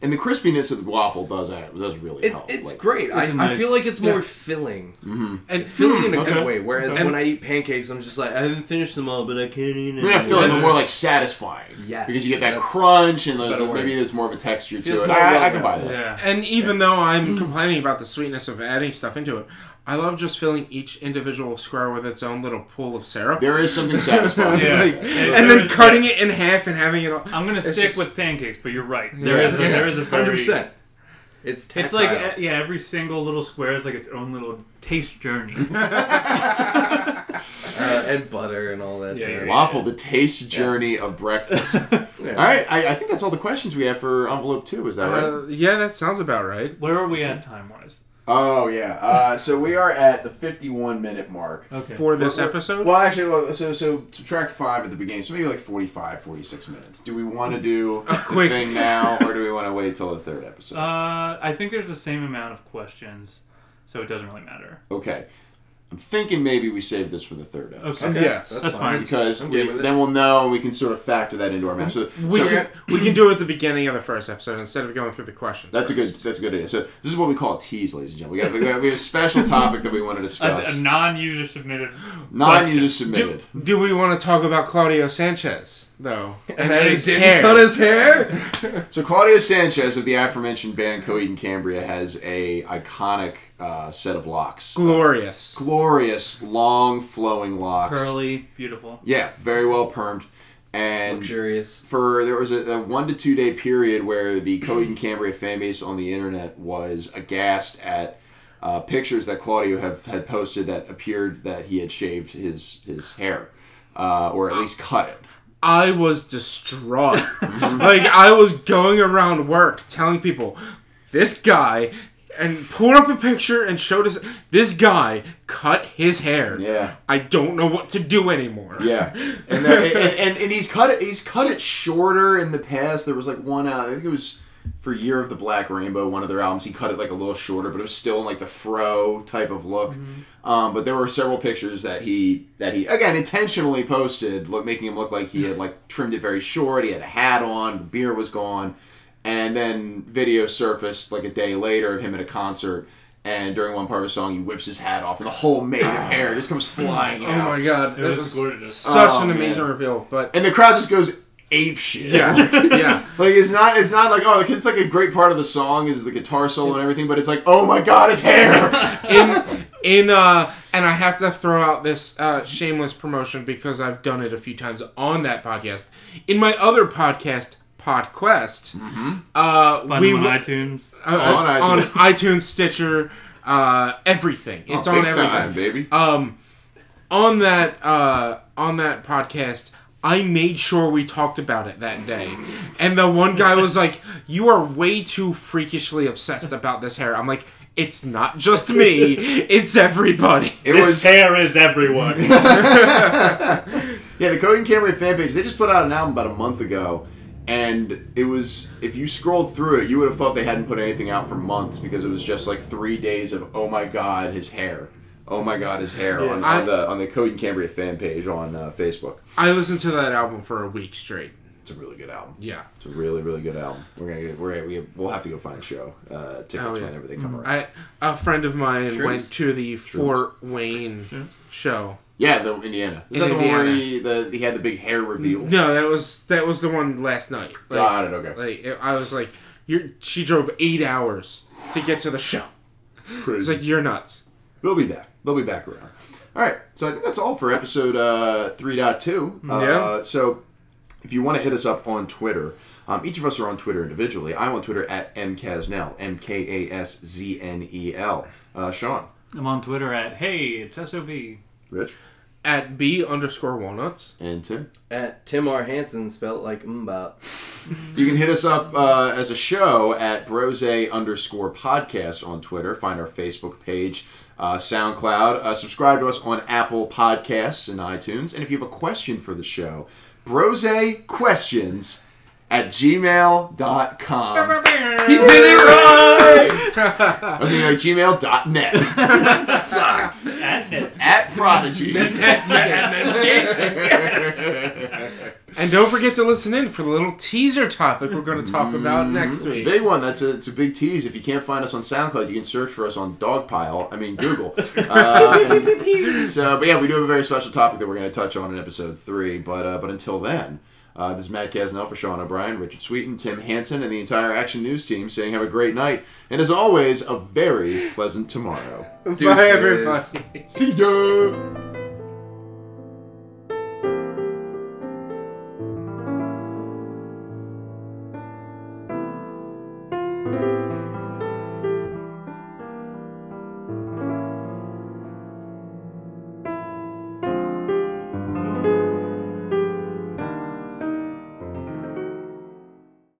A: and the crispiness of the waffle does that does really
D: It's
A: help.
D: it's
A: Oh, like-
D: great. I,
B: a
D: I
B: nice-
D: feel like it's more
C: yeah.
D: filling.
C: And
D: filling in a
A: okay.
D: good way. Whereas
C: Hmm, Mm, Okay.
D: when I eat pancakes, I'm just like, I haven't finished them all, but I can't eat
A: I mean, I
D: it.
A: feel like they're more like satisfying.
D: Yes,
A: Because you get that
D: that's-
A: crunch and
D: that's a
A: those,
D: better
A: maybe
D: word.
A: there's more of a texture to
D: Feels
A: it.
D: more
A: I, I
D: well
A: can buy that.
B: Yeah.
C: And even though I'm complaining about the sweetness of adding stuff into it, I love just filling each individual square with its own little pool of syrup.
A: There is something satisfying.
B: [LAUGHS] Yeah.
C: [LAUGHS] Like,
B: Yeah.
C: and
B: Yeah.
C: then cutting it in half and having it all.
B: I'm gonna stick
C: just-
B: with pancakes, but you're right. There
C: Yeah.
B: is a, there is a very
D: hundred percent. It's tactile.
B: It's like uh, yeah, every single little square is like its own little taste
C: [LAUGHS]
B: journey.
D: uh, and butter and all that.
B: eh, Yeah,
D: jazz.
B: yeah,
A: Waffle, the taste journey of [LAUGHS] breakfast.
D: Yeah.
A: All right, I, I think that's all the questions we have for envelope two. Is that right?
C: Uh, yeah, that sounds about right.
B: Where are we at time wise?
A: Oh yeah. Uh, so we are at the fifty-one minute mark.
B: Okay.
C: For this
A: Well,
C: episode,
A: Well, actually, well, so so subtract five at the beginning, so maybe like 45, 46 minutes. Do we want to
B: Mm.
A: do the
C: quick-
B: [LAUGHS]
A: thing now, or do we want to wait till the third episode?
B: Uh, I think there's the same amount of questions, so it doesn't really matter.
A: okay, I'm thinking maybe we save this for the third episode.
B: Okay.
D: Okay,
C: Yes.
B: That's fine.
A: Because
D: I'm
A: we,
D: good with it.
A: then we'll know and we can sort of factor that into our math. So,
C: we
A: so-
C: can we can do it at the beginning of the first episode instead of going through the questions.
A: that's a good that's a good idea. So this is what we call a tease, ladies and gentlemen. We got we, got, we have a special topic that we want to
B: A,
A: discuss.
B: [LAUGHS] a non-user submitted.
A: Non-user
C: Do,
A: submitted.
C: do we want to talk about Claudio Sanchez
A: [LAUGHS]
C: though?
D: And then he
C: his
D: didn't
C: hair.
D: cut his hair.
A: So Claudio Sanchez of the aforementioned band Coed and Cambria has a iconic uh, set of locks.
C: glorious.
A: glorious, long, flowing locks.
B: Curly, beautiful.
A: Yeah, very well permed. And
D: Luxurious.
A: for there was a, a one to two day period where the Coed and Cambria fan base on the internet was aghast at uh, pictures that Claudio have, had posted that appeared that he had shaved his his hair, uh, or at least cut it.
C: I
A: [LAUGHS]
C: was distraught. like I was going around work telling people, this guy, and pulled up a picture and showed us this guy cut his hair.
A: Yeah.
C: I don't know what to do anymore.
A: Yeah, and, there, and, and and he's cut it. He's cut it shorter in the past. There was like one. Uh, I think it was for Year of the Black Rainbow, one of their albums. He cut it like a little shorter, but it was still like the fro type of look. Um, but there were several pictures that he that he again intentionally posted, look, making him look like he had like trimmed it very short. He had a hat on. The beard was gone. And then video surfaced like a day later of him at a concert. And during one part of a song, he whips his hat off, and the whole mane of hair just comes flying
C: Oh
A: out.
C: my god,
B: It
C: that
B: was
C: was
B: gorgeous.
C: such
A: Oh,
C: an
A: man.
C: amazing reveal. But
A: And the crowd just goes ape shit. [LAUGHS]
C: Yeah, yeah.
A: Like it's not it's not like oh it's like a great part of the song is the guitar solo and everything, but it's like oh my god, his
C: [LAUGHS]
A: hair.
C: in in uh and I have to throw out this uh, shameless promotion because I've done it a few times on that podcast. In my other podcast, PodQuest, uh,
B: Find
C: we
B: them on
C: w-
B: iTunes.
C: uh,
A: Mm-hmm. On
C: uh,
A: iTunes.
C: on iTunes, Stitcher, uh, everything. It's
A: Oh,
C: on
A: big
C: everything.
A: time, baby.
C: Um, on that uh, on that podcast, I made sure we talked about it that day, and the one guy was like, "You are way too freakishly obsessed about this hair." I'm like, "It's not just me; it's everybody."
A: it
B: this
A: was
B: hair is everyone.
A: yeah. The Cohen Camry fan page they just put out an album about a month ago, and it was if you scrolled through it, you would have thought they hadn't put anything out for months because it was just like three days of oh my god, his hair. Oh my God, his hair on,
C: I-
A: on the on the Coden Cambria fan page on uh, Facebook.
C: I listened to that album for a week straight.
A: It's a really good album.
C: Yeah,
A: It's a really really good album. We're gonna get, we're we we'll have to go find a show uh, tickets
C: Oh, yeah.
A: when everything come around.
C: I a friend of mine
D: Shrooms?
C: went to the Fort Wayne show.
A: Yeah, the Indiana. Is that
C: In
A: the one where
C: Indiana.
A: he, the, he had the big hair reveal?
C: No, that was that was the one last night. Like,
A: Got it. Okay.
C: Like it- I was like, "You're." She drove eight hours to get to the show. It's like you're nuts.
A: They'll be back. They'll be back around. All right. So I think that's all for episode uh, 3.2. Uh,
C: Mm-hmm. Yeah.
A: So if you want to hit us up on Twitter, um, each of us are on Twitter individually. I'm on Twitter at mkaznel. M K A S Z N E L. Uh, Sean,
B: [LAUGHS] I'm on Twitter at hey, it's SOV. It's
A: Rich,
C: At B underscore walnuts.
A: and Tim.
D: At Tim R. Hansen, spelled like mm, mbop.
A: You can hit us up uh, as a show at brose underscore podcast on Twitter. Find our Facebook page, uh, SoundCloud. Uh, subscribe to us on Apple Podcasts and iTunes. And if you have a question for the show, brosequestions at
B: [LAUGHS]
A: gmail.com.
C: He did it
A: I was going to go gmail.net. Fuck. At Prodigy. [LAUGHS]
C: And don't forget to listen in for the little teaser topic we're going to talk about next
A: Mm, It's a
C: week.
A: big one. That's a, it's a big tease. If you can't find us on SoundCloud, you can search for us on Dogpile. I mean, [LAUGHS] Google. Uh, so, but yeah, we do have a very special topic that we're going to touch on in episode three. But uh, but until then, uh, this is Matt Casnell for Sean O'Brien, Richard Sweeten, Tim Hansen, and the entire Action News team saying have a great night and as always, a very pleasant tomorrow.
C: Bye, everybody.
A: See ya.